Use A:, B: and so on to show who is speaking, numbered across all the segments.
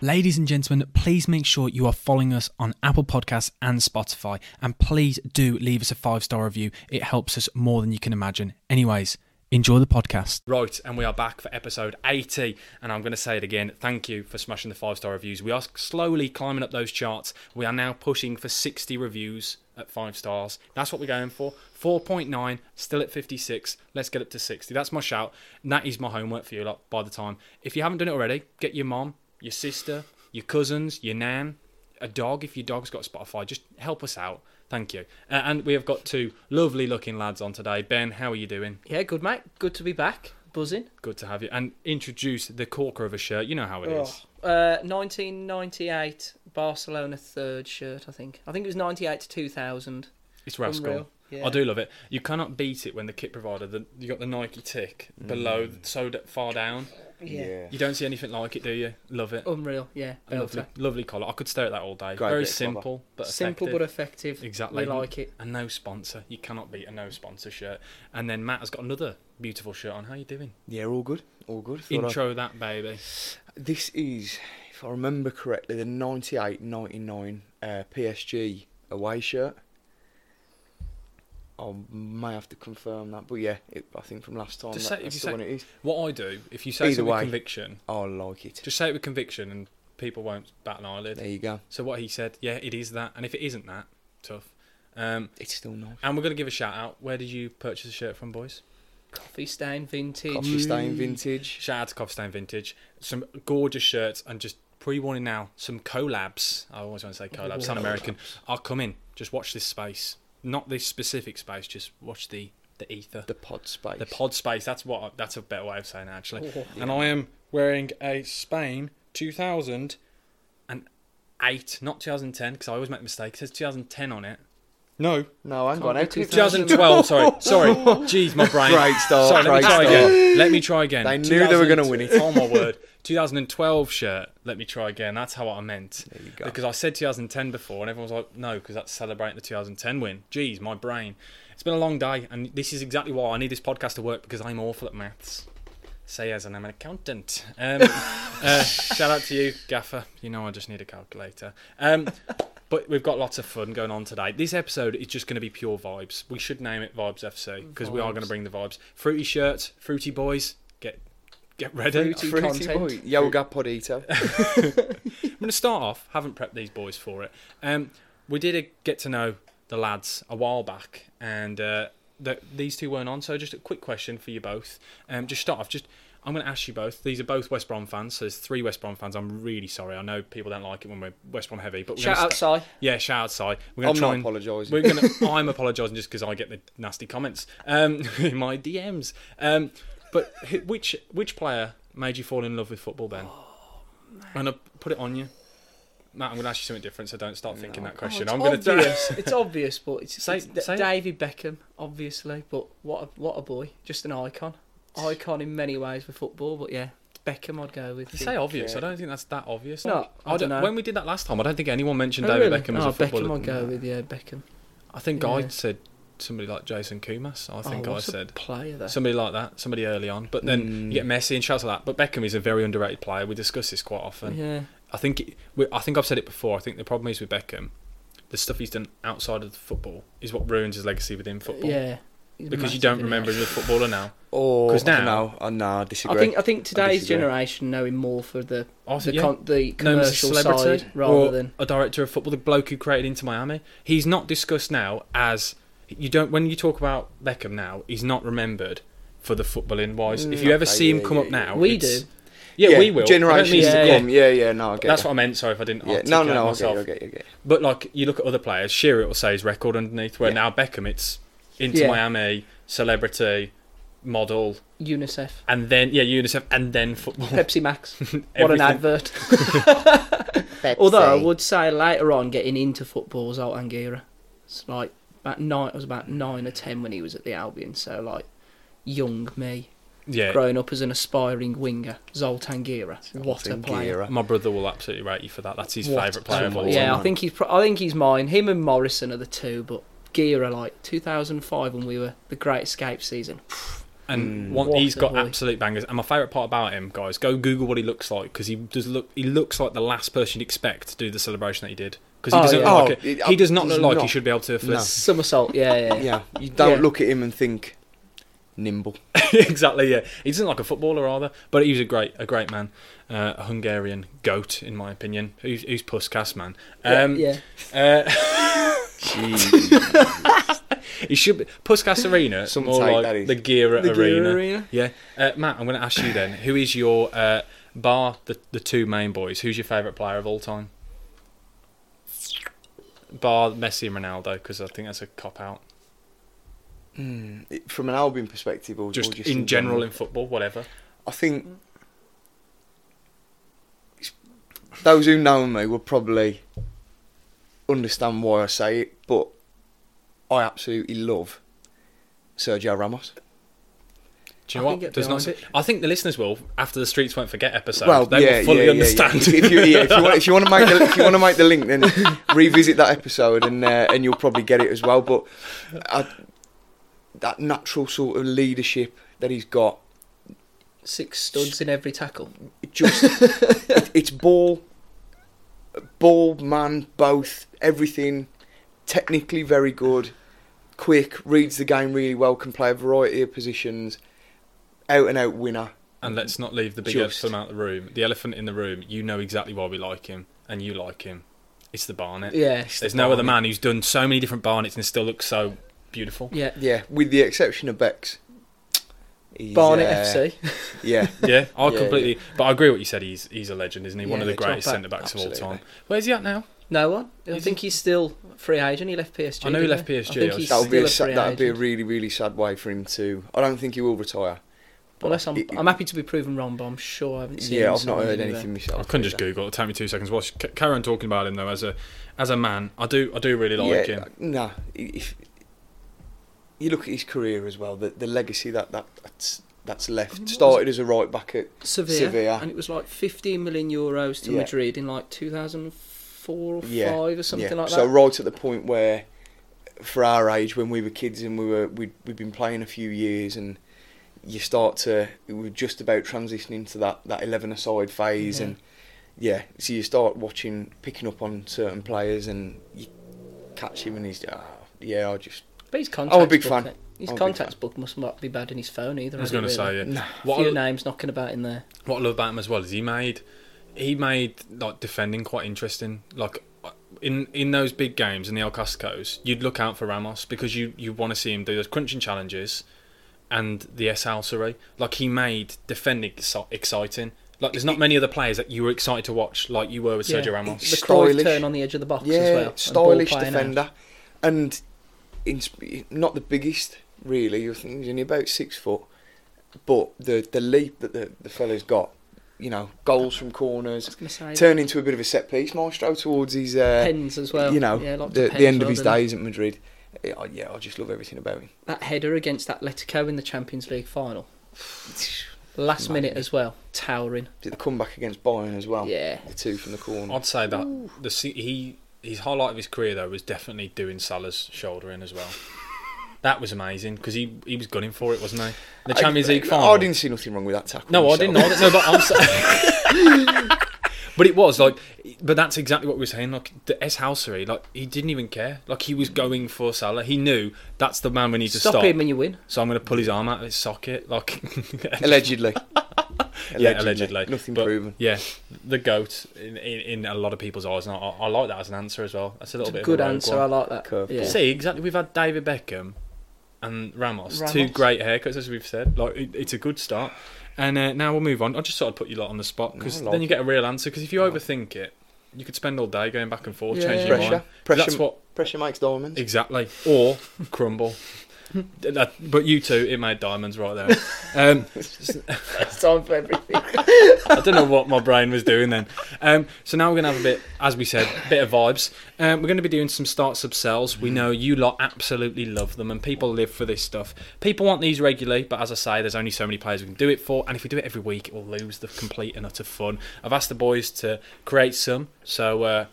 A: Ladies and gentlemen, please make sure you are following us on Apple Podcasts and Spotify. And please do leave us a five star review. It helps us more than you can imagine. Anyways, enjoy the podcast.
B: Right, and we are back for episode 80. And I'm going to say it again thank you for smashing the five star reviews. We are slowly climbing up those charts. We are now pushing for 60 reviews at five stars. That's what we're going for. 4.9, still at 56. Let's get up to 60. That's my shout. And that is my homework for you lot by the time. If you haven't done it already, get your mom, your sister, your cousins, your nan, a dog if your dog's got Spotify. Just help us out. Thank you. Uh, and we have got two lovely looking lads on today. Ben, how are you doing?
C: Yeah, good mate. Good to be back. Buzzing.
B: Good to have you. And introduce the corker of a shirt. You know how it is.
C: Uh, 1998 Barcelona third shirt, I think. I think it was 98 to 2000.
B: It's Rascal.
C: Unreal, yeah.
B: I do love it. You cannot beat it when the kit provider, the, you got the Nike tick below,
D: Mm.
B: so d- far down.
C: Yeah.
B: You don't see anything like it, do you? Love it.
C: Unreal. Yeah.
B: A lovely,
C: belter.
B: lovely collar. I could stare at that all day.
D: Great
B: Very
D: bit of collar.
B: simple, but
C: Simple
B: effective.
C: but effective.
B: Exactly.
C: We like it.
B: A no sponsor. You cannot beat a no sponsor shirt. And then Matt has got another beautiful shirt on. How you doing?
D: Yeah, all good. All good. Thought I-
B: Intro that baby.
D: This is, if I remember correctly, the 98 99 uh, PSG away shirt. I may have to confirm that, but yeah, it, I think from last time
B: Just
D: that,
B: say- if
D: that's
B: you
D: the
B: say-
D: one it is.
B: What I do, if you say
D: Either
B: something with
D: way.
B: conviction,
D: I like it.
B: just say it with conviction and people won't bat an eyelid.
D: There you go.
B: So what he said, yeah, it is that. And if it isn't that, tough. Um,
D: It's still nice.
B: and we're going to give a shout out. Where did you purchase the shirt from, boys?
C: Coffee stain vintage.
D: Coffee stain vintage.
B: Shout out to Coffee Stain Vintage. Some gorgeous shirts and just pre-warning now, some collabs. I always want to say collabs, sound American. I'll come in. Just watch this space. Not this specific space, just watch the, the ether.
D: The pod space.
B: The pod space. That's what. I- That's a better way of saying it, actually. And I am wearing a Spain 2008, not 2010, because I always make mistakes. It says 2010 on it. No,
D: No, hang on. How could it-
B: 2012. sorry, sorry. Jeez, my brain.
D: Great start,
B: Sorry, let me
D: great
B: try again. Let me try again.
D: They knew they were gonna
B: 2000
D: win it.
B: Oh my word. 2012 shirt. Let me try again. That's how I meant.
D: There you go.
B: Because I said 2010 before, and everyone was like, "No," because that's celebrating the 2010 win. Jeez, my brain. It's been a long day, and this is exactly why I need this podcast to work because I'm awful at maths. Say as, and I'm an accountant. Um, uh, shout out to you, Gaffer. You know I just need a calculator. Um, but we've got lots of fun going on today. This episode is just going to be pure vibes. We should name it Vibes FC because we are going to bring the vibes. Fruity shirts, fruity boys, get get ready.
C: Fruity
D: Fruity boy.
C: content.
D: Yoga podito.
B: I'm going to start off. Haven't prepped these boys for it. Um, we did a get to know the lads a while back, and uh, the, these two weren't on. So just a quick question for you both. Um, just start off. Just I'm going to ask you both. These are both West Brom fans. So there's three West Brom fans. I'm really sorry. I know people don't like it when we're West Brom heavy, but we're
C: Shout
B: gonna
C: out
B: sta-
C: Si.
B: yeah, shout out Si. We're gonna
D: I'm
B: try
D: not
B: and-
D: apologising.
B: We're gonna. I'm apologising just because I get the nasty comments um, in my DMs. Um, but who- which which player made you fall in love with football, Ben?
C: Oh,
B: I'm gonna put it on you, Matt. I'm gonna ask you something different, so don't start thinking that question.
C: Oh,
B: I'm
C: it's
B: gonna do
C: obvious. it's obvious, but it's,
B: Say-
C: it's D-
B: say it.
C: David Beckham, obviously. But what a, what a boy! Just an icon, icon in many ways for football. But yeah, Beckham, I'd go with.
B: You say obvious. I don't think that's that obvious.
C: No, I
B: I don't.
C: dunno.
B: When we did that last time, I don't think anyone mentioned
C: Oh,
B: David
C: really?
B: Beckham as
C: oh,
B: a footballer.
C: Beckham, I'd go with. Yeah, Beckham.
B: I think
C: Yeah.
B: I said somebody like Jason Kumas. I think
C: oh,
B: I
C: what's
B: said.
C: a player there.
B: Somebody like that, somebody early on, but then you
C: Hmm.
B: get Messi and shouts like that. But Beckham is a very underrated player. We discuss this quite often.
C: yeah.
B: I think it, we- I think I've said it before. I think the problem is with Beckham, the stuff he's done outside of the football is what ruins his legacy within football.
C: Yeah. He's
B: Because you
C: massive,
B: don't
C: isn't he?
B: remember him as a footballer now.
D: Or
B: 'Cause now-
D: no, oh, no, I disagree.
C: I think I think today's
D: disagree.
C: generation know him more for the
B: I
C: the,
B: think, yeah.
C: con- the
B: Known as a
C: commercial
B: celebrity
C: side rather
B: or
C: than
B: a director of football, the bloke who created Into Miami. He's not discussed now as you don't. When you talk about Beckham now, he's not remembered for the footballing wise. if you ever
D: Mm, Okay,
B: see him
D: yeah,
B: come
D: yeah,
B: up now,
C: we
B: it's-
C: do.
B: Yeah, we will. I don't mean
D: Generations
B: to-
D: to come. Yeah, yeah, no, I get
B: That's
D: you.
B: what I meant. Sorry if I didn't.
D: Yeah, no,
B: articulate
D: no, no, I get
B: myself.
D: you, I get you, I get you.
B: But like you look at other players, Shearer it will say his record underneath. Where
D: Yeah.
B: now Beckham, it's into
C: Yeah.
B: Miami, celebrity, model,
C: UNICEF,
B: and then yeah, UNICEF, and then football.
C: Pepsi Max. what an
B: Everything.
C: advert! Although I would say later on, getting into football was Alt Angira. It's like about nine. I was about nine or ten when he was at the Albion. So like young me,
B: Yeah,
C: growing up as an aspiring winger, Zoltan Gira. What a player!
D: Gira.
B: my brother will absolutely rate you for that. That's his
C: What
B: favourite player of all
D: player.
B: time.
C: Yeah, I
D: man.
C: think he's. Pro- I think he's mine. Him and Morrison are the two, but Gira like 2005 when we were the Great Escape season.
B: and one,
C: Mm. What
B: he's
C: a
B: got
C: boy.
B: absolute bangers. And my favourite part about him, guys, go Google what he looks like because he does look. He looks like the last person you'd expect to do the celebration that he did because he
C: Oh,
B: doesn't.
C: yeah.
B: Look like
D: Oh,
B: a-
D: it-
B: he does not
D: does
B: look like he
D: not.
B: should be able to.
D: No.
B: Flip.
C: Somersault, yeah, yeah.
D: Yeah, you don't
C: Yeah.
D: look at him and think nimble.
B: exactly. Yeah, he doesn't like a footballer either, but he was a great, a great man, uh, a Hungarian goat in my opinion. Who's, who's Puskas man? Um,
C: yeah.
B: Uh,
D: Jeez.
B: He should be Puskas Arena,
D: Some
B: more
D: take,
B: like
D: that is.
B: the Gira
C: The Gira
B: Arena.
C: Arena.
B: Yeah, uh, Matt, I'm going to ask you then. Who is your uh, bar the the two main boys? Who's your favourite player of all time? Bar Messi and Ronaldo, because I think that's a cop out.
D: It- From an Albion perspective, or or
B: Just,
D: just
B: in, general, in football, whatever.
D: I think those who know me will probably understand why I say it, but I absolutely love Sergio Ramos.
B: Do you know
C: I can
B: what?
C: get
B: Does not.
C: behind
B: I think the listeners will after the Streets Won't Forget episode.
D: well,
B: they
D: yeah,
B: will fully
D: yeah,
B: understand.
D: Yeah, yeah. If, if you, yeah, if you want, if you want to make the, if you want to make the link, then revisit that episode and uh, and you'll probably get it as well. But I, that natural sort of leadership that he's got,
C: Six studs in every tackle.
D: it just it, it's ball, ball man, both everything, technically very good, quick, reads the game really well, can play a variety of positions, out and out winner.
B: and let's not leave the big
D: Just.
B: elephant out of the room. The elephant in the room. You know exactly why we like him, and you like him. It's the Barnet.
C: Yeah.
B: There's no other man who's done so many different Barnets and still looks so beautiful.
C: Yeah.
D: Yeah, with the exception of Bex. He's,
C: Barnet
D: uh,
C: FC.
D: Yeah.
B: Yeah, I
D: Yeah,
B: completely. But I agree with what you said. He's he's a legend, isn't he? One of
C: Yeah,
B: the
C: top
B: greatest
C: back,
B: centre backs of all
D: absolutely.
B: time. Where's he at now?
C: No one. I
B: Is
C: think he's still free agent. He left PSG.
B: I know he
C: didn't
B: left
C: I
B: PSG,
C: think
B: I was
C: he's
D: That would be
C: still
D: a
C: a
D: sa-
C: free
D: that would be a
C: agent.
D: really really sad way for him to. I don't think he will retire.
C: Unless I'm,
D: it- it-
C: I'm happy to be proven wrong, but I'm sure I haven't seen.
D: Yeah, I've not
C: something
D: heard
C: anywhere.
D: anything myself.
B: I couldn't just
D: either.
B: Google. it. Take me two seconds. Watch. C- Carry on talking about him though. As a as a man, I do I do really like
D: yeah,
B: him.
D: No, if you look at his career as well, the the legacy that that that's, that's left started as a right back at
C: Sevilla,
D: Sevilla.
C: and it was like 15 million euros to
D: Yeah.
C: Madrid in like 2004 or
D: Yeah,
C: five or something
D: yeah,
C: like that.
D: so right at the point where, for our age, when we were kids and we were we'd, we'd been playing a few years and. You start to we we're just about transitioning to that that eleven aside phase,
C: Yeah.
D: and yeah, so you start watching, picking up on certain players, and you catch him, and he's ah, yeah, I just
C: but his contacts
D: I'm a big
C: book,
D: fan.
C: eh, His
D: I'm a big
C: contacts book must not be bad in his phone either.
B: I was
C: is it,
B: going to say
C: really?
B: yeah.
D: No.
B: What
C: few
B: I,
C: names knocking about in there.
B: what I love about him as well is he made he made like defending quite interesting. Like uh, in in those big games in the El Cascos, you'd look out for Ramos because you you want to see him do those crunching challenges and the S Alcery. Like he made defending exci- exciting. Like there's not many other players that you were excited to watch like you were with Sergio
C: Yeah.
B: Ramos.
C: The
D: Stylish.
C: Cruyff turn on the edge of the box
D: yeah,
C: as well. and ball
D: stylish
C: playing out.
D: defender, and in, not the biggest really. You're thinking he's only about six foot, but the the leap that the the fella's got, you know, goals from
C: I was
D: corners,
C: going to say
D: turn into a bit of a set piece maestro towards his, uh,
C: pens as well.
D: you know,
C: yeah, lots
D: the,
C: pens
D: the end
C: well,
D: of his
C: doesn't he?
D: days at Madrid. Yeah, I- yeah, I just love everything about him.
C: That header against Atletico in the Champions League final, last minute as well, towering.
D: Did the comeback against Bayern as well?
C: Yeah,
D: the two from the corner.
B: I'd say that the se- he his highlight of his career though was definitely doing Salah's shoulder in as well. That was amazing because he he was gunning for it, wasn't he? The Champions
D: I,
B: League
D: I-
B: final.
D: I didn't see nothing wrong with that tackle.
B: No, I
D: myself.
B: didn't. I didn't know, but I'm saying. But it was like, but that's exactly what we were saying. Like the S Housery, like he didn't even care. Like he was going for Salah. He knew that's the man we need to
C: stop
B: stop.
C: him and you win.
B: So I'm going to pull his arm out of his socket. Like,
D: Allegedly.
B: yeah, allegedly,
D: Nothing
B: But,
D: proven.
B: Yeah, the goat in, in, in a lot of people's eyes, and I, I like that as an answer as well. That's a little bit
C: Good
B: of a rogue
C: answer.
B: one.
C: I like that.
D: Curveball.
C: Yeah.
B: See, exactly. We've had David Beckham and Ramos, two
C: Ramos.
B: great haircuts, as we've said. Like, it, it's a good start. And uh, now we'll move on. I just thought I'd put you lot on the
C: Oh,
B: spot because
D: No, like
B: then you
D: it.
B: get a real answer. Because if you overthink it, you could spend all day going back and forth,
C: Yeah.
B: changing your mind.
D: Pressure. Pressure.
B: That's what
D: Pressure makes diamonds.
B: exactly. Or crumble. That- but you two, it made diamonds right there. Um,
C: It's time for everything.
B: I don't know what my brain was doing then. Um, so now we're gonna have a bit, as we said, a bit of vibes. Um, we're gonna be doing some start sub sells.
C: Mm.
B: We know you lot absolutely love them, and people live for this stuff. People want these regularly, but as I say, there's only so many players we can do it for, and if we do it every week, it will lose the complete and utter fun. I've asked the boys to create some, so. Uh,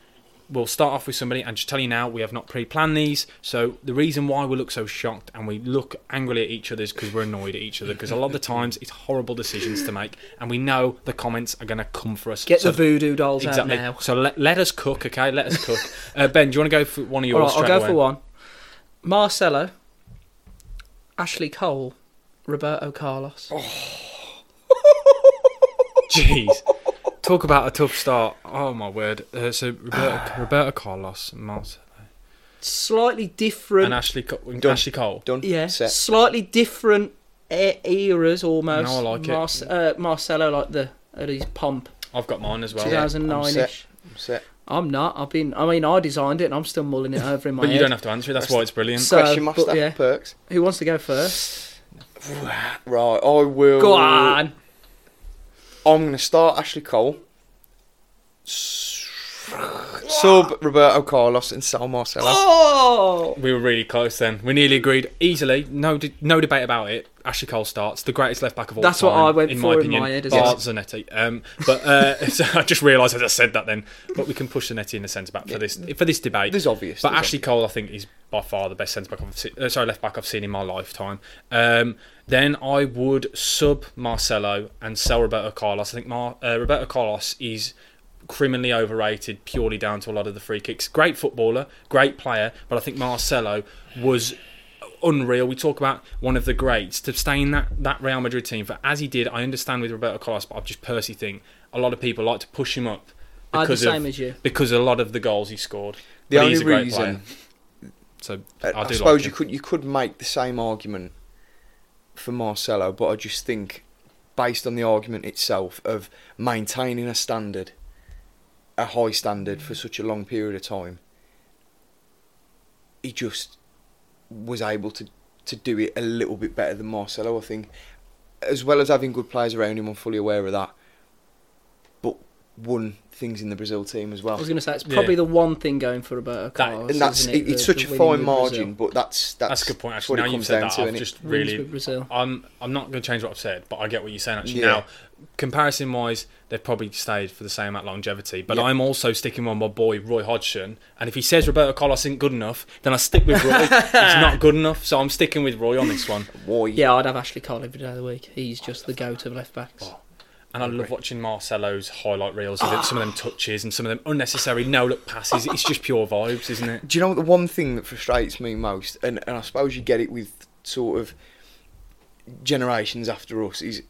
B: we'll start off with somebody and just tell you now we have not pre-planned these so the reason why we look so shocked and we look angrily at each other is because we're annoyed at each other because a lot of the times it's horrible decisions to make and we know the comments are going to come for us
C: Get
B: so
C: the voodoo dolls
B: exactly
C: out now.
B: so let, let us cook okay let us cook uh, ben do you want to go for one of yours
C: All right, I'll
B: straight
C: go
B: away?
C: for one. Marcelo, Ashley Cole, Roberto Carlos.
B: Oh. Jeez. Talk about a tough start. Oh my word. Uh, so Roberta, Roberta Carlos, Mars,
C: Slightly different.
B: and Ashley Co- and
D: Done.
B: Ashley Cole.
D: Done.
C: Yeah,
D: Set.
C: slightly different e- eras almost.
B: No, I like it.
C: it. Uh, Marcelo, like the at his pomp,
B: I've got mine as well.
D: Yeah.
C: 2009
D: I'm
C: ish.
D: Set.
C: I'm not. I've been. I mean, I designed it, and I'm still mulling it over in my
B: But you
C: head.
B: don't have to answer. it, That's why it's brilliant.
C: So,
D: Question
C: but
D: master
C: yeah.
D: perks.
C: Who wants to go first?
D: Right, I will.
C: Go on.
D: I'm going to start Ashley Cole, sub Roberto Carlos, and sell Marcelo.
C: Oh,
B: We were really close then. We nearly agreed easily. No, de- no debate about it. Ashley Cole starts the greatest left back of all
C: That's
B: time.
C: what I went
B: in
C: for
B: my
C: in
B: opinion.
C: my head as
B: Bar
C: well.
B: Zanetti. Um, but uh, so I just realised as I said that then. But we can push Zanetti in the centre back for this for this debate.
D: There's obvious.
B: But
D: there's
B: Ashley Cole, I think, is by far the best centre back I've seen, uh, sorry left back I've seen in my lifetime. Um, then I would sub Marcelo and sell Roberto Carlos. I think Mar- uh, Roberto Carlos is criminally overrated purely down to a lot of the free kicks. Great footballer, great player, but I think Marcelo was unreal. We talk about one of the greats to stay in that, that Real Madrid team. For as he did, I understand with Roberto Carlos, but I just personally think a lot of people like to push him up.
C: I'm the
B: because of-
C: same as you.
B: because a lot of the goals he scored.
D: The
B: But he is
D: only
B: a great
D: reason-
B: player. So
D: Uh,
B: I,
D: I,
B: do
D: suppose
B: like
D: you
B: him.
D: could you could make the same argument for Marcelo, but I just think, based on the argument itself of maintaining a standard, a high standard for such a long period of time, he just was able to to do it a little bit better than Marcelo. I think, as well as having good players around him, I'm fully aware of that. But won things in the Brazil team as well.
C: I was going to say it's
B: Yeah.
C: probably the one thing going for Roberto Carlos.
D: and that's
C: isn't it?
D: it, it's
C: The-
D: such
C: the
D: a
C: winning
D: fine
C: with Brazil.
D: margin, but that's that's,
B: That's a good point.
D: that's
B: Actually,
D: what
B: now
D: it
B: you've
D: comes
B: said
D: down
B: that,
D: to,
B: I've
D: innit?
B: just
C: Wins
B: really.
C: with Brazil.
B: I'm I'm not going to change what I've said, but I get what you're saying. Actually,
D: Yeah.
B: now comparison wise, they've probably stayed for the same amount of longevity. But
D: Yeah.
B: I'm also sticking with my boy Roy Hodgson, and if he says Roberto Carlos isn't good enough, then I stick with Roy. He's not good enough, so I'm sticking with Roy on this one.
D: Why?
C: Yeah, I'd have Ashley Cole every day of the week. He's just the go-to of left backs.
B: Oh. And I love watching Marcelo's highlight reels
D: Ah.
B: with it, some of them touches and some of them unnecessary no look passes. It's just pure vibes, isn't it?
D: Do you know what the one thing that frustrates me most, and, and I suppose you get it with sort of generations after us, is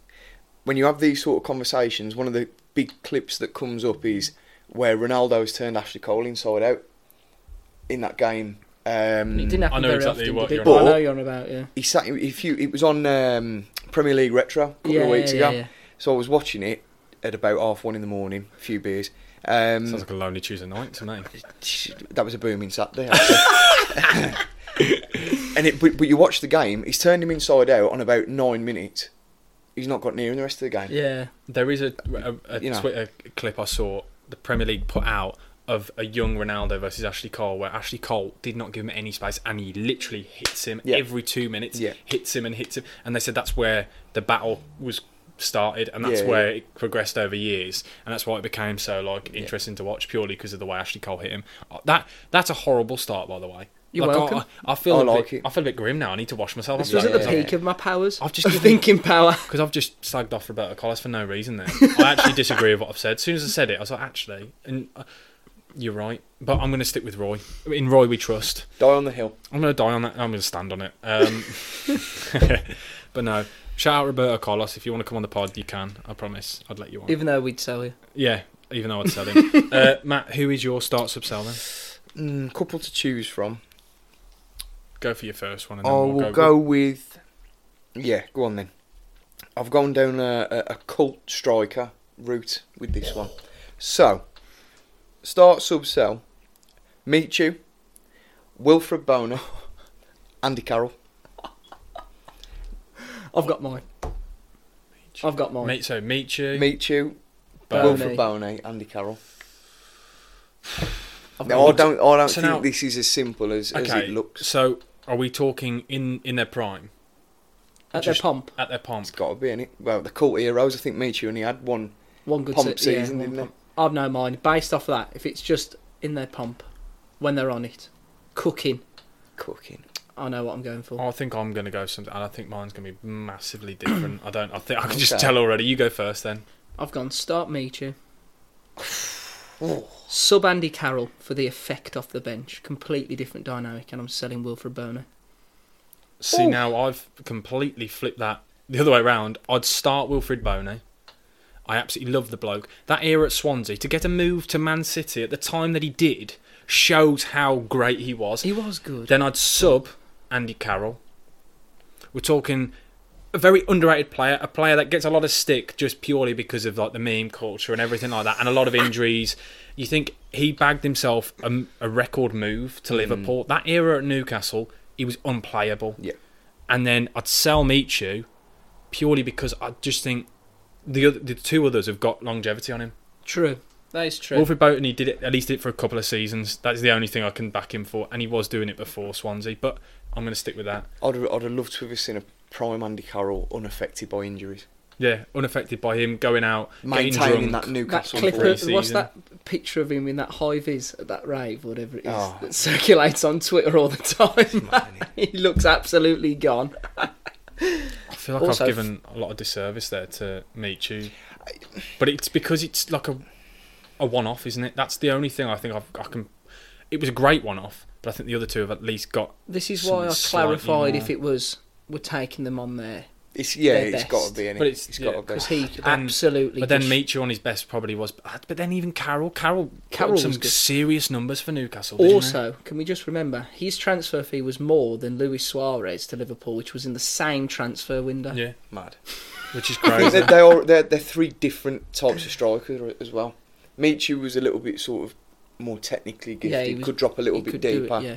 D: when you have these sort of conversations, one of the big clips that comes up is where Ronaldo's turned Ashley Cole inside out in that game. Um,
C: It didn't happen
B: I know
C: very
B: exactly
C: often,
B: what
C: did it?
B: you're
C: But
D: on
C: I know
D: about.
C: you're on about. Yeah,
D: he sat. If you, it was on um, Premier League Retro a couple
C: yeah,
D: of weeks
C: yeah,
D: ago.
C: yeah.
D: So I was watching it at about half one in the morning, a few beers. Um,
B: Sounds like a lonely Tuesday night to me.
D: that was a booming Saturday. actually. and it, but, but you watch the game. He's turned him inside out on about nine minutes. He's not got near in the rest of the game.
C: Yeah,
B: There is a, a, a
D: You know.
B: Twitter clip I saw the Premier League put out of a young Ronaldo versus Ashley Cole, where Ashley Cole did not give him any space and he literally hits him
D: Yeah.
B: every two minutes,
D: Yeah.
B: hits him and hits him. And they said that's where the battle was started and that's
D: Yeah,
B: where it progressed over years and that's why it became so like interesting to watch purely because of the way Ashley Cole hit him Uh, that that's a horrible start by the way
C: You're
B: like, I-
C: welcome.
B: I, I feel
D: I
B: a
D: like
B: bit,
D: it.
B: I feel a bit grim now I need to wash myself
C: this
B: after
C: was
B: that
C: at the
B: because
D: yeah.
B: I've-
C: peak of my powers.
B: I've just
C: Of thinking power.
B: because I've just slagged off Roberto Carlos for no reason. There, I actually disagree with what I've said. As soon as I said it, I was like, actually, and uh, you're right. But I'm going to stick with Roy. In Roy, we trust.
D: Die on the hill.
B: I'm going to die on that. I'm going to stand on it. Um, but no, shout out Roberto Carlos. If you want to come on the pod, you can. I promise. I'd let you on.
C: Even though we'd sell you.
B: yeah, even though I'd sell him. uh, Matt, who is your start sub sell then?
D: Mm, couple to choose from.
B: Go for your first one, and
D: I
B: then
D: will
B: we'll
D: go, with. Yeah, go on then. I've gone down a, a, a cult striker route with this one. So, start sub cell. Meet you. Wilfred Boner. Andy Carroll.
C: I've got mine. I've got mine.
B: Meet, so meet you.
D: Meet you.
B: Boney.
D: Wilfred Boney, Andy Carroll.
C: I've
D: No, I
C: got mine.
D: don't. I don't
B: So
D: think
B: now-
D: this is as simple as, as
B: Okay,
D: it looks.
B: so are we talking in in their prime,
C: At their
B: just-
C: pomp,
B: at their pomp?
D: It's got to be in it. Well, the cult heroes. I think Michu only had one
C: one good
D: pomp
C: se- yeah,
D: season,
C: one
D: didn't
C: pomp. I've no mine. Based off that, if it's just in their pomp when they're on it. Cooking.
D: Cooking.
C: I know what I'm going for.
B: I think I'm going to go something, and I think mine's going to be massively different. I don't. I think I can just
D: Okay.
B: tell already. You go first, then.
C: I've gone start Michu.
D: Oh,
C: Sub Andy Carroll for the effect off the bench. Completely different dynamic, and I'm selling Wilfred Bono.
B: See
D: Ooh.
B: now, I've completely flipped that the other way round. I'd start Wilfred Boney. I absolutely love the bloke. That era at Swansea to get a move to Man City at the time that he did shows how great he was.
C: He was good.
B: Then I'd sub Andy Carroll. We're talking a very underrated player, a player that gets a lot of stick just purely because of like the meme culture and everything like that, and a lot of injuries. You think he bagged himself a, a record move to Liverpool? That era at Newcastle, he was unplayable.
D: Yeah.
B: And then I'd sell Michu purely because I just think the other, the two others have got longevity on him.
C: True. That is true.
B: Wilfred Bowden, he did it at least did it for a couple of seasons. That's the only thing I can back him for, and he was doing it before Swansea. But I'm going to stick with that.
D: I'd, have- I'd have loved to have seen a prime Andy Carroll unaffected by injuries,
B: Yeah, unaffected by him going out, getting
D: maintaining
B: drunk.
D: that
C: that
D: Newcastle
C: clip
D: form.
C: of, what's
B: pre-season.
C: that picture of him in that high vis at that rave, whatever it is,
D: Oh.
C: that circulates on Twitter all the time. he looks absolutely gone.
B: I feel like
C: Also-
B: I've given a lot of disservice there to Michu, but it's because it's like a a one-off, isn't it? That's the only thing I think I've, I can. It was a great one-off, but I think the other two have at least got.
C: This is why I
B: Something slightly
C: clarified if
B: more.
C: it was we're taking them on there
D: It's yeah,
C: Their
D: it's
C: best.
D: got to be. innit?
B: But it's-
D: it's
B: yeah,
D: got to be.
C: because he could
B: And-
C: absolutely.
B: But then
C: just-
B: Michu on his best probably was. But then even Carroll, Carroll,
C: Carroll
B: Carroll
C: was
B: some
C: good.
B: serious numbers for Newcastle. didn't he?
C: Also, can we just remember his transfer fee was more than Luis Suarez to Liverpool, which was in the same transfer window.
B: yeah,
D: Mad.
B: which is
D: I think
B: crazy.
D: that they are they're, they're three different types of strikers as well. Michu was a little bit sort of more technically gifted.
C: Yeah, he
D: he
C: was-
D: could drop a little
C: He
D: bit
C: could do it,
D: deeper.
C: yeah.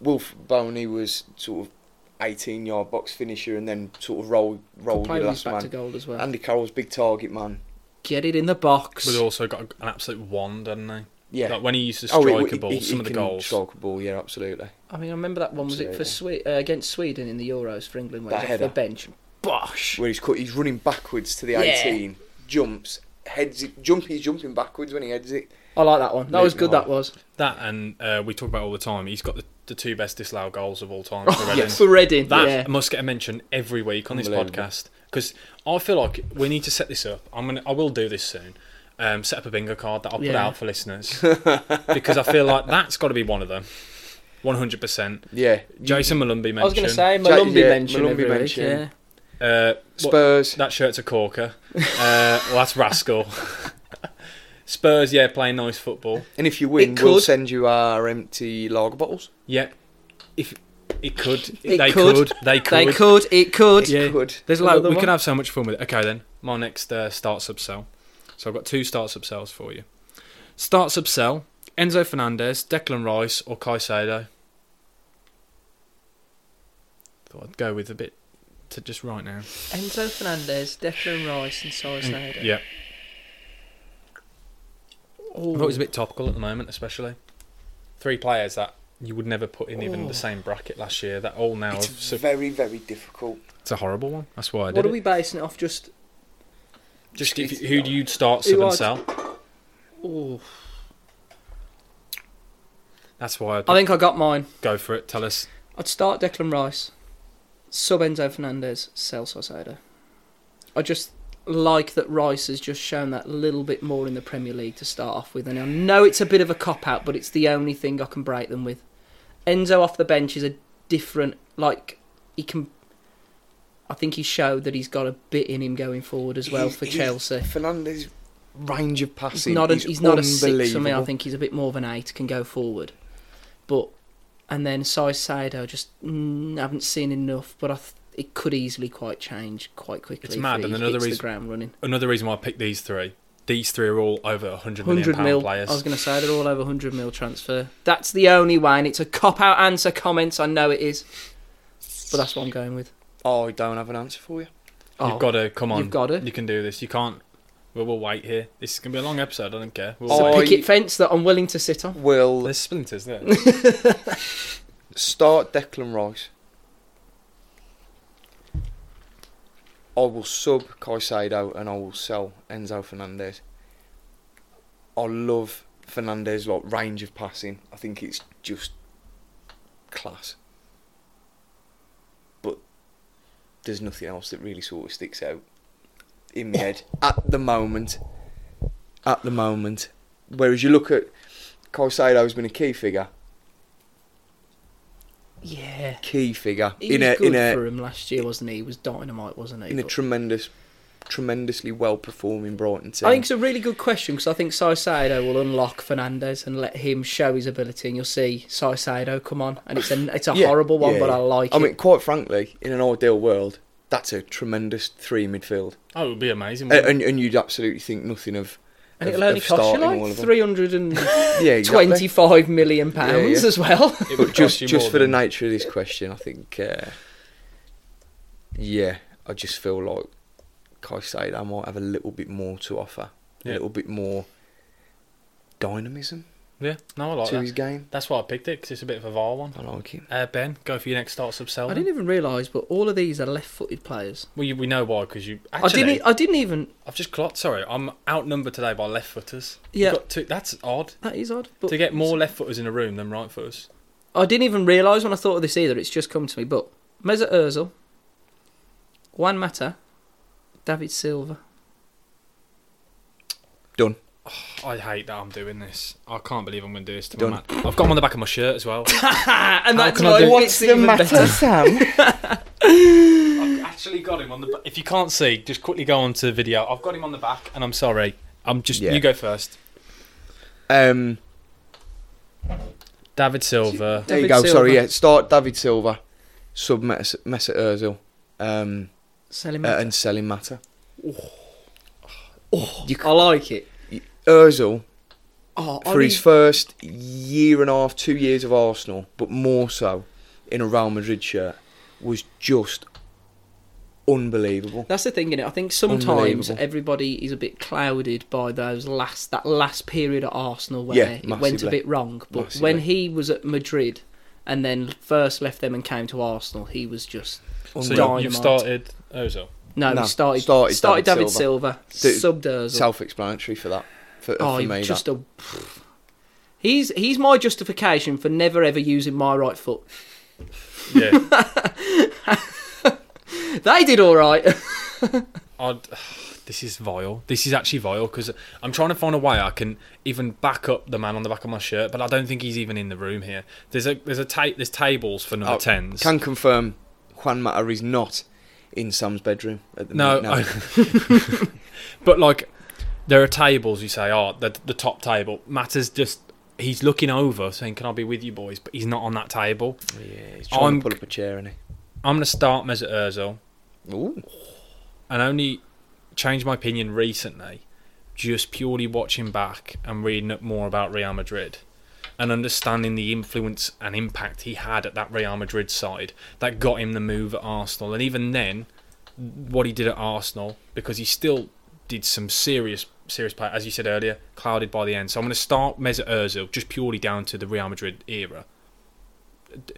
D: Wolf Boney was sort of 18 yard box finisher and then sort of roll roll
C: Could play
D: your
C: with his
D: last
C: back to uh,
D: man.
C: goal as well.
D: Andy Carroll's big target man.
C: Get it in the box.
B: But also got an absolute wand, hadn't they?
D: Yeah.
B: Like when he used to
D: Oh,
B: strike
D: he-
B: a
D: he-
B: ball,
D: he-
B: some
D: he
B: of the
D: can
B: goals.
D: Strike a ball, yeah, absolutely.
C: I mean, I remember that one. Was it for Swe- uh, against Sweden in the Euros for England? Where
D: That
C: he was off the
D: header.
C: bench. Bosh.
D: Where he's cut, he's running backwards to the
C: Yeah.
D: 18, jumps, heads it. Jump, he's jumping backwards when he heads it.
C: I like that one. That was good. That was
B: That and uh, we talk about all the time. He's got the, the two best disallowed goals of all
D: Oh,
B: time. for Reading.
C: for Reading.
B: That
C: yeah.
B: must get a mention every week on this
D: Unbelievable.
B: podcast because I feel like we need to set this up. I'm gonna, I will do this soon. Um, set up a bingo card that I'll put
C: Yeah.
B: out for listeners because I feel like that's got to be one of them. One hundred percent.
D: Yeah.
B: Jason Malumbi mentioned.
C: I was going to say
D: Ja-
C: Malumbi
D: yeah,
C: mentioned
D: Malumbi
C: every
D: mention.
C: week. Yeah.
B: uh, what-
D: Spurs.
B: That shirt's a corker. Uh, well, that's rascal. Spurs, yeah, playing nice football.
D: And if you win,
C: It
D: we'll
C: could.
D: send you our empty lager bottles.
B: Yeah, if it could,
C: It
B: they
C: could.
B: could. they could,
C: They could. It could.
B: Yeah.
D: Could.
B: There's like
C: Another
B: we
C: one?
B: can have so much fun with it. Okay, then my next uh, start sub cell. So I've got two start sub cells for you. Start sub cell: Enzo Fernandez, Declan Rice, or Caicedo. Thought I'd go with a bit to just right now.
C: Enzo Fernandez, Declan Rice, and Cyrus Nader.
B: Mm, Yeah, I
C: Ooh.
B: thought it was a bit topical at the moment, especially three players that you would never put in even
C: Oh.
B: the same bracket last year. That all now
D: It's
B: have- so
D: very, very difficult.
B: It's a horrible one. That's why I did
C: What are
B: it.
C: we basing it off? Just
B: Just if, who do you start
C: Who
B: sub and
C: I'd-
B: sell?
C: ooh.
B: That's why I'd
C: I think I got mine.
B: go for it. Tell us.
C: I'd start Declan Rice, sub Enzo Fernandez, sell Saucedo. I just like that Rice has just shown that little bit more in the Premier League to start off with, and I know it's a bit of a cop out, but it's the only thing I can break them with. Enzo off the bench is a different, like he can. I think he showed that he's got a bit in him going forward as well
D: He's-
C: for
D: he's-
C: Chelsea.
D: Fernandez' range of
C: He's
D: passing
C: not a,
D: is
C: he's not a six for me. I
D: unbelievable.
C: think he's a bit more of an eight, can go forward. But and then Saicedo, just mm, haven't seen enough. But I th- it could easily quite change quite quickly.
B: It's
C: if
B: mad,
C: he
B: and another
C: hits the
B: reason-
C: ground running.
B: Another reason why I picked these three. These three are all over 100 million
C: Hundred
B: pound
C: mil. I
B: players.
C: was going to say they're all over hundred mil transfer. That's the only way, and it's a cop out answer. Comments, I know it is, but that's what I'm going with.
D: Oh, I don't have an answer for you.
C: Oh,
B: You've got to come on.
C: You've gotta.
B: You can do this. You can't. We'll, we'll wait here. This is gonna be a long episode. I don't care. We'll
C: it's a
D: Oh,
B: wait.
D: pick-
C: picket
D: you-
C: fence that I'm willing to sit on.
D: Will
B: There's splinters there.
D: start Declan Rice. I will sub Caicedo and I will sell Enzo Fernandez. I love Fernandez like range of passing. I think it's just class. But there's nothing else that really sort of sticks out in my head at the moment. At the moment, whereas you look at Caicedo's been a key figure,
C: Yeah.
D: key figure
C: He
D: in
C: was
D: a
C: good
D: in a
C: for him last year, wasn't he? He was dynamite, wasn't he?
D: in a
C: But-
D: tremendous, tremendously well performing Brighton team.
C: I think it's a really good question because I think Saicedo will unlock Fernandez and let him show his ability, and you'll see Saicedo come on. And it's a it's a
D: Yeah,
C: horrible one,
D: yeah,
C: but I
D: yeah.
C: like
D: I
C: it.
D: mean, quite frankly, in an ideal world, that's a tremendous three midfield,
B: Oh, it would be amazing.
C: Uh,
D: A-
B: wouldn't
D: and and you'd absolutely think nothing of.
C: and
D: of-
C: it'll only
D: of
C: cost you
D: starting all
C: like
D: of them.
C: three hundred and
D: Yeah, exactly.
C: twenty-five million pounds
D: Yeah, yeah.
C: as well.
B: it? It would
D: But
B: cost
D: just
B: you
D: just
B: more
D: for the
B: than-
D: nature of this question, I think. Uh, yeah, I just feel like Caicedo might have a little bit more to offer,
B: Yeah.
D: a little bit more dynamism
B: Yeah, no, I like
D: to
B: that.
D: his game.
B: That's why I picked it because it's a bit of a vile one.
D: I like it.
B: Uh, ben, go for your next start sub
C: I
B: sell.
C: didn't even realise, but all of these are left-footed players.
B: Well, you, we know why because you. Actually,
C: I didn't. e- I didn't even.
B: I've just clocked. Sorry, I'm outnumbered today by left footers.
C: Yeah.
B: Got two, that's odd.
C: That is odd. But
B: to get more left footers in a room than right footers.
C: I didn't even realise when I thought of this either. It's just come to me. But Mesut Ozil, Juan Mata, David Silva.
D: Done.
B: I hate that I'm doing this. I can't believe I'm going to do this to
D: Done.
B: my man. I've got 'em on the back of my shirt as well.
C: and
B: How
C: that's
B: can I
C: why
B: do-
C: it's even better.
D: Sam?
B: I've actually got him on the. ba- If you can't see, just quickly go on to video. I've got him on the back, and I'm sorry. I'm just.
D: Yeah.
B: You go first.
D: um,
B: David Silva.
D: there
C: David
D: you go. Sorry,
C: Silva.
D: yeah. Start David Silva, sub Mesut Mesut Ozil, um,
C: Sell him
D: uh,
C: out.
D: and selling Mata.
C: Oh. I like it.
D: Ozil
C: Oh,
D: for his first year and a half, two years of Arsenal, but more so in a Real Madrid shirt, was just unbelievable.
C: That's the thing, innit? I think sometimes
D: Unbelievable.
C: everybody is a bit clouded by those last that last period at Arsenal where
D: Yeah,
C: it went a
D: massively.
C: bit wrong. But
D: Massively.
C: when he was at Madrid and then first left them and came to Arsenal, he was just
B: So
D: Unbelievable.
B: you-
C: Dynamite.
B: you've started oh, Ozil.
C: no,
D: No,
C: he started started,
D: started
C: David,
D: David
C: Silva,
D: Dude,
C: subbed Ozil.
D: Self-explanatory for that. For,
C: oh,
D: for me,
C: he's just
D: that.
C: a. He's he's my justification for never ever using my right foot.
B: Yeah.
C: They did all right.
B: I'd, this is vile. This is actually vile because I'm trying to find a way I can even back up the man on the back of my shirt, but I don't think he's even in the room here. There's a there's a ta- there's tables for number
D: Oh,
B: tens.
D: can confirm Juan Mata is not in Sam's bedroom at the
B: no,
D: minute. now.
B: I- but like there are tables. You say, oh, the the top table matters. Just he's looking over, saying, "Can I be with you, boys?" But he's not on that table.
D: Oh, yeah, he's trying
B: I'm-
D: to pull up a chair, isn't
B: I'm gonna start Mesut Ozil.
D: he? Ooh.
B: and only changed my opinion recently, just purely watching back and reading up more about Real Madrid and understanding the influence and impact he had at that Real Madrid side that got him the move at Arsenal. And even then, what he did at Arsenal, because he still did some serious, serious play, as you said earlier, clouded by the end. So I'm going to start Mesut Ozil just purely down to the Real Madrid era. D-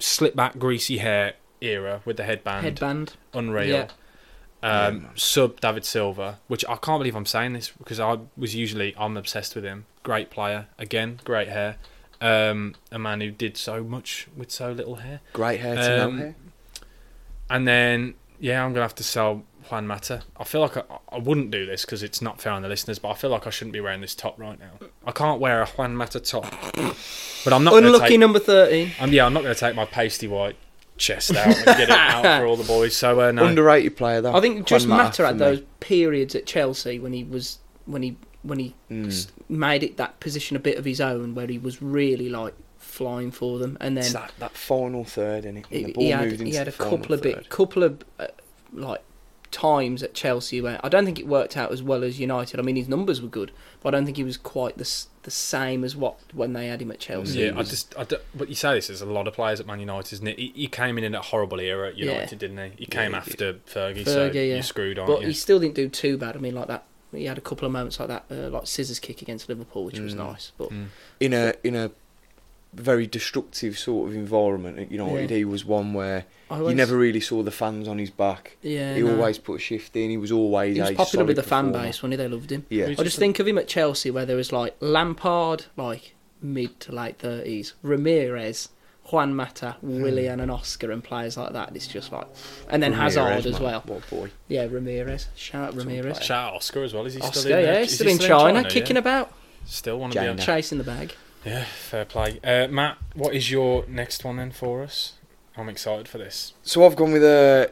B: Slip back, greasy hair era with the headband
C: Headband.
B: unreal.
C: Yeah.
B: Um,
D: Yeah, man.
B: sub David Silva, which I can't believe I'm saying this because I was usually I'm obsessed with him. Great player, again, great hair. Um, a man who did so much with so little hair.
D: Great hair to
B: Um,
D: no hair.
B: And then yeah, I'm gonna have to sell Juan Mata. I feel like I, I wouldn't do this because it's not fair on the listeners, but I feel like I shouldn't be wearing this top right now. I can't wear a Juan Mata top, but I'm not gonna
C: Unlucky
B: take-
C: number thirteen.
B: I'm, yeah, I'm not going to take my pasty white chest out and get it out for all the boys. So uh, no,
D: Underrated player though.
C: I think just
D: Juan
C: Mata
D: for
C: had
D: me.
C: those periods at Chelsea when he was when he when he
D: mm,
C: s- made it that position a bit of his own where he was really like flying for them and then
D: It's that, that final third, innit? When
C: he,
D: the ball
C: he had
D: moved into
C: he had a
D: the final
C: couple of bit
D: third.
C: couple of uh, like times at Chelsea where I don't think it worked out as well as United. I mean his numbers were good, but I don't think he was quite the s- the same as what when they had him at Chelsea.
B: Yeah,
C: He
B: I
C: was-
B: just, I don't- but you say this, there's a lot of players at Man United, isn't it? He, he came in in a horrible era at
C: Yeah.
B: United, didn't he? He came
D: Yeah, he
B: after Fergie, so
C: Fergie, yeah.
B: you're screwed, aren't
C: but
B: you?
C: he still didn't do too bad. I mean like that he had a couple of moments like that uh, like scissors kick against Liverpool which was
D: Mm.
C: nice, but
B: Mm.
D: in a in a very destructive sort of environment at United.
C: Yeah.
D: He was one where
C: I
D: you
C: always-
D: never really saw the fans on his back.
C: Yeah,
D: he
C: no.
D: always put a shift in. He was always
C: He was
D: a
C: popular with
D: solid
C: the fan
D: performer.
C: base, when they loved him.
D: Yeah,
B: Who's-
C: I just think of him at Chelsea, where there was like Lampard, like mid to late thirties, Ramirez, Juan Mata, Willian, and Oscar, and players like that. It's just like, and then
D: Ramirez,
C: Hazard as
D: mate.
C: well.
D: What a boy?
C: Yeah, Ramirez. Shout out Ramirez.
B: Shout out Oscar as well. Is he
C: Oscar,
B: still in?
C: yeah,
B: uh,
C: he's
B: is
C: still
B: he
C: in China,
B: yeah?
C: kicking about,
B: Still want to be on.
D: China.
C: chasing the bag.
B: Yeah, fair play. Uh, Matt, what is your next one then for us? I'm excited for this.
D: So I've gone with uh,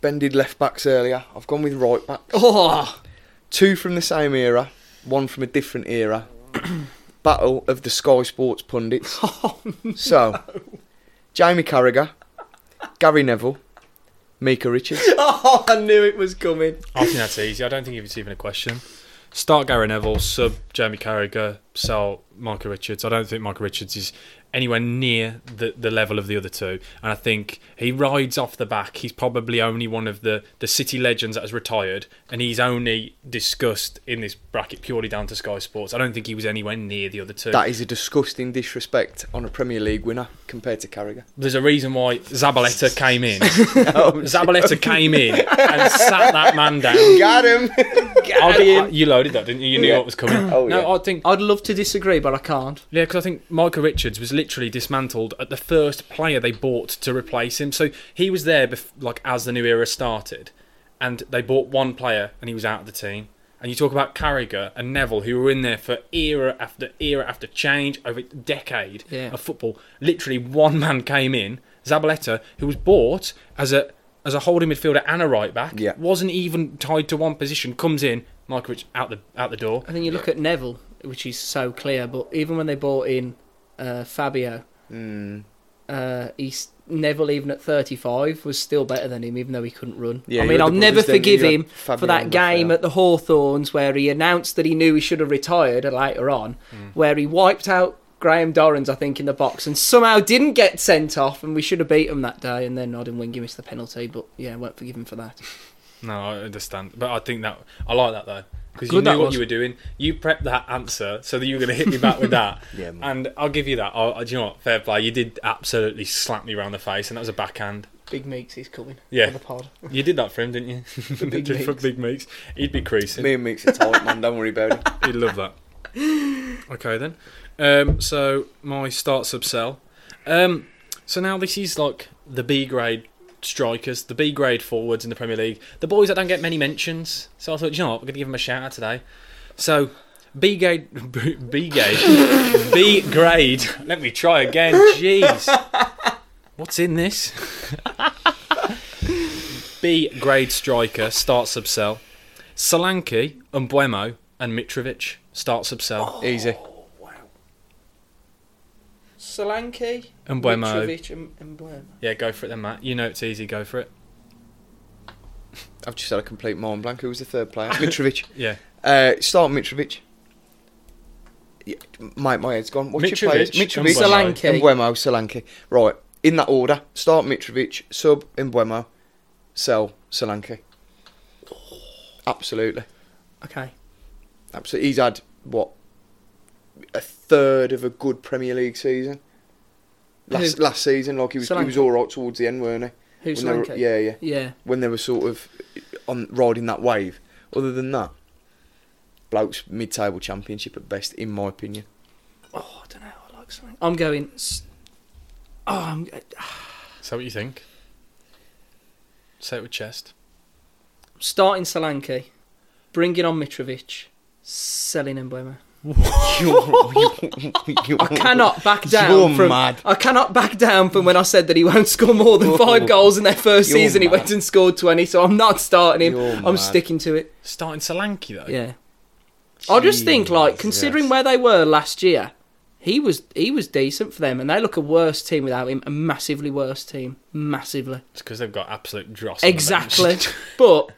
D: bended left backs earlier. I've gone with right backs.
C: Oh,
D: Two from the same era, one from a different era. Battle of the Sky Sports pundits.
C: Oh,
D: So, Jamie Carragher, Gary Neville, Mika Richards.
C: oh, I knew it was coming.
B: I think that's easy. I don't think it's even a question. Start Gary Neville, sub Jamie Carragher, sell Michael Richards. I don't think Michael Richards is anywhere near the, the level of the other two. And I think he rides off the back. He's probably only one of the, the city legends that has retired, and he's only discussed in this bracket purely down to Sky Sports. I don't think he was anywhere near the other two.
D: That is a disgusting disrespect on a Premier League winner compared to Carragher.
B: There's a reason why Zabaleta came in. Zabaleta came in and sat that man down.
D: Got him!
B: I'll be in. You loaded that, didn't you? You knew
D: Yeah.
B: what was coming.
D: Oh,
B: no,
D: yeah.
B: I think.
C: I'd love to disagree, but I can't.
B: Yeah, because I think Michael Richards was literally dismantled at the first player they bought to replace him. So he was there, bef- like as the new era started, and they bought one player, and he was out of the team. And you talk about Carragher and Neville, who were in there for era after era after change over a decade
C: Yeah.
B: of football. Literally, one man came in, Zabaleta, who was bought as a as a holding midfielder and a right back.
D: Yeah.
B: wasn't even tied to one position. Comes in, Michael Richards out the out the door.
C: And then you look at Neville, which is so clear. But even when they bought in uh, Fabio, uh, he's Neville even at 35 was still better than him, even though he couldn't run.
D: Yeah,
C: I
D: you
C: mean,
D: had
C: I'll
D: the
C: never
D: brothers, didn't you?
C: forgive
D: You had
C: him for
D: Fabio
C: that
D: and
C: game
D: Raphael.
C: at the Hawthorns where he announced that he knew he should have retired later on, where he wiped out. Graham Dorans, I think, in the box, and somehow didn't get sent off, and we should have beat him that day. And then Odin Wingy missed the penalty, but yeah, I won't forgive him for that.
B: No, I understand, but I think that I like that though because you
C: Good
B: knew
C: that
B: what
C: was.
B: you were doing. You prepped that answer so that you were going to hit me back with that.
D: Yeah, man.
B: and I'll give you that. I, I, do you know what? Fair play. You did absolutely slap me round the face, and that was a backhand.
C: Big Meeks is coming.
B: Yeah.
C: for the pod.
B: You did that for him, didn't you? For
C: Big
B: Just for
C: Meeks.
B: big meeks. He'd be creasing.
D: Me and Meek's a tight man, don't worry about it.
B: He'd love that. Okay then. Um, so my start sub sell. Um, so now this is like the B grade strikers, the B grade forwards in the Premier League, the boys that don't get many mentions. So I thought, you know what, I'm going to give them a shout out today. So B grade, B grade, B grade. Let me try again. Jeez, what's in this? B grade striker start sub sell. Solanke, Umbuemo, and Mitrovic start sub sell.
D: Easy.
C: Solanke,
B: And Buemo.
C: Mitrovic, and, and Buemo.
B: Yeah, go for it then, Matt. You know it's easy. Go for it.
D: I've just had a complete mind blank. Who was the third player? Mitrovic.
B: Yeah.
D: Uh, start Mitrovic. Yeah, my, my head's gone. What's your players?
B: Mitrovic and Buemo.
C: Solanke.
D: Mitrovic. Embuemo, Solanke. Right, in that order. Start Mitrovic, sub Embuemo, sell Solanke. Absolutely.
C: Okay.
D: Absolutely. He's had, what, a third of a good Premier League season? Last,
C: Who?
D: last season, like he was, he
C: Solanke?
D: was all right towards the end, weren't he?
C: Who's
D: When they were-
C: Solanke?
D: Yeah, yeah.
C: Yeah.
D: When they were sort of on riding that wave. Other than that, blokes mid-table championship at best, in my opinion.
C: Oh, I don't know. I like Solanke. I'm going. s- Oh, I'm, I'm
B: So what you think? Say it with chest.
C: starting Solanke, bringing on Mitrovic, selling Mbuemo. I cannot back down
D: You're
C: from.
D: mad.
C: I cannot back down from when I said that he won't score more than five goals in their 1st
D: You're
C: season. He
D: mad.
C: went and scored twenty, so I'm not starting him.
D: You're
C: I'm
D: mad.
C: sticking to it.
B: Starting Solanke though.
C: Yeah. I just think like
D: Jesus.
C: considering where they were last year, he was he was decent for them, and they look a worse team without him. A massively worse team, massively.
B: It's because they've got absolute dross. on the
C: Exactly.
B: bench.
C: but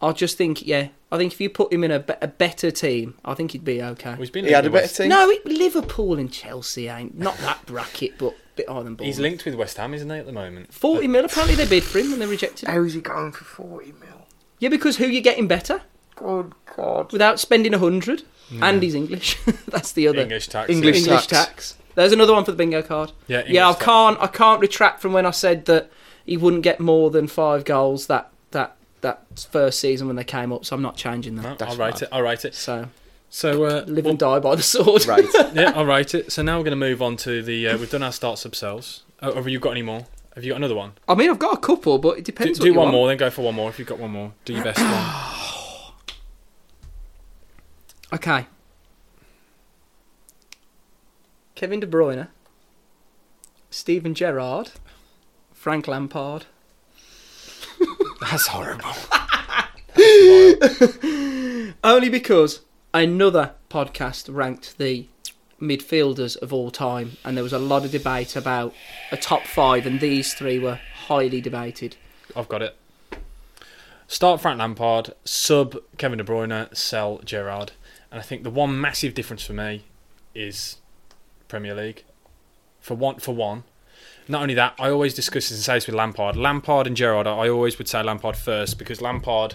C: I just think yeah, I think if you put him in a, be- a better team, I think he'd be okay.
B: Well, he's been
D: He had a
B: linked with
D: better
B: West-
D: team.
C: No, it, Liverpool and Chelsea ain't not that bracket, but a bit higher than Bournemouth.
B: He's linked with West Ham, isn't he, at the moment?
C: Forty mil apparently they bid for him and they rejected him.
D: How's he going for 40 mil?
C: Yeah, because who you getting better
D: Good God.
C: without spending a hundred? And he's English. That's the other
B: English tax.
D: English
C: English
D: tax.
C: tax. There's another one for the bingo card.
B: Yeah,
C: yeah, I
B: English style.
C: can't I can't retract from when I said that he wouldn't get more than five goals that that that first season when they came up. So I'm not changing that.
B: No,
D: That's
B: I'll write
D: right.
B: it. I'll write it.
C: So
B: So uh,
C: live
B: we'll-
C: and die by the sword.
D: Right.
B: yeah, I'll write it. So now we're going to move on to the. Uh, we've done our start sub cells. Oh, have you got any more? Have you got another one?
C: I mean, I've got a couple, but it
B: Do,
C: depends.
B: do
C: what you
B: one
C: want.
B: more, then go for one more. If you've got one more, do your best one.
C: Okay. Kevin De Bruyne, Steven Gerrard, Frank Lampard,
B: That's horrible.
C: only because another podcast ranked the midfielders of all time, and there was a lot of debate about a top five, and these three were highly debated.
B: I've got it. Start Frank Lampard, sub Kevin De Bruyne, sell Gerrard. And I think the one massive difference for me is Premier League. For one, for one. Not only that, I always discuss this and say this with Lampard. Lampard and Gerrard, I always would say Lampard first because Lampard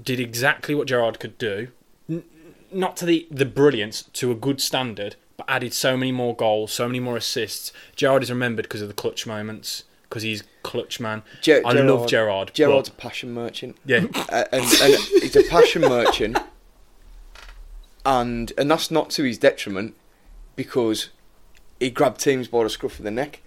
B: did exactly what Gerrard could do, N- not to the, the brilliance, to a good standard, but added so many more goals, so many more assists. Gerrard is remembered because of the clutch moments, because he's clutch man.
D: Ger-
B: I love Gerrard. but-
D: Gerard's a passion merchant.
B: yeah,
D: Uh, and, and he's a passion merchant, and and that's not to his detriment because he grabbed teams by the scruff of the neck,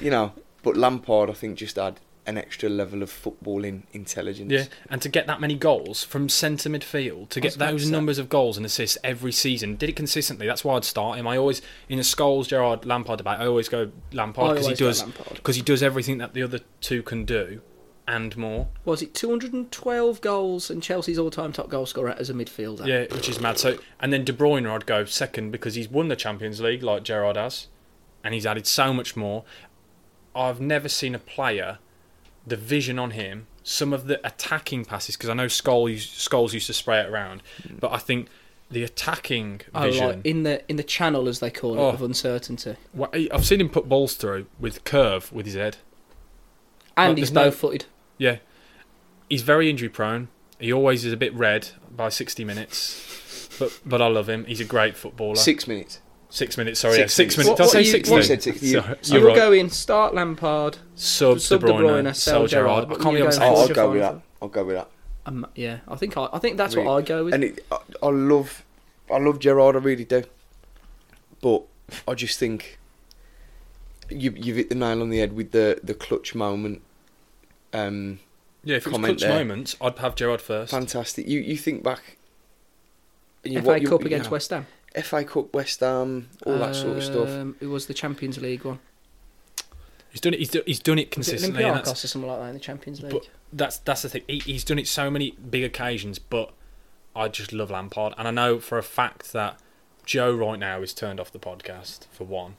D: you know. But Lampard, I think, just had an extra level of footballing intelligence.
B: yeah. And to get that many goals from centre midfield, to get
C: was about to
B: those
C: say.
B: numbers of goals and assists every season, did it consistently. That's why I'd start him. I always in a Scholes, Gerard, Lampard debate. I always go Lampard because he
C: always go
B: does
C: Lampard.
B: because he does everything that the other two can do and more.
C: Was it 212 goals and Chelsea's all-time top goal scorer as a midfielder?
B: Yeah, which is mad. So and then De Bruyne, I'd go second because he's won the Champions League like Gerard has, and he's added so much more. I've never seen a player, the vision on him, some of the attacking passes because I know Scholes, Scholes used to spray it around, but I think the attacking
C: Mm. Oh,
B: vision.
C: like in the in the channel as they call it
B: Oh.
C: of uncertainty,
B: Well, he- I've seen him put balls through with curve with his head.
C: and
B: Like,
C: he's
B: there's no-
C: no-footed.
B: Yeah, he's very injury prone. He always is a bit red by sixty minutes. But, but I love him. He's a great footballer.
D: Six minutes.
B: Six minutes, sorry.
D: Six
B: yeah, six minutes.
D: minutes.
B: Did I
C: What-
B: say
C: what you-
B: six
D: what
B: then?
D: you said, six, you-
B: Sorry,
C: So
B: you're
C: you're
B: right.
C: going start Lampard,
B: Sub,
C: sub
B: De
C: De
B: Bruyne,
C: Bruyne,
B: sell
C: sell
B: Gerrard.
C: Gerrard.
B: I
C: What
B: can't
C: are
B: be
C: you
B: upset.
C: going
D: Oh,
C: What's
D: I'll
C: your
D: go with
C: final?
D: that. I'll go with that.
C: Um, yeah, I think I, I think that's
D: Really?
C: what I go with.
D: And it, I, I love, I love Gerard. I really do. But I just think you you've hit the nail on the head with the the clutch moment. Um,
B: Yeah, if it was
D: Comment
B: clutch
D: there.
B: moments, I'd have Gerard first.
D: fantastic. You you think back. You,
C: FA
D: what you-
C: Cup
D: you
C: against
D: know,
C: West Ham,
D: FA Cup, West Ham, all that sort of stuff.
C: Um, It was the Champions League one.
B: He's done it. He's, do, he's done it
C: Was it
B: consistently. and that's,
C: Olympiacos or something like that in the Champions League?
B: but that's that's the thing. He, he's done it so many big occasions, but I just love Lampard, and I know for a fact that Joe right now is turned off the podcast for one.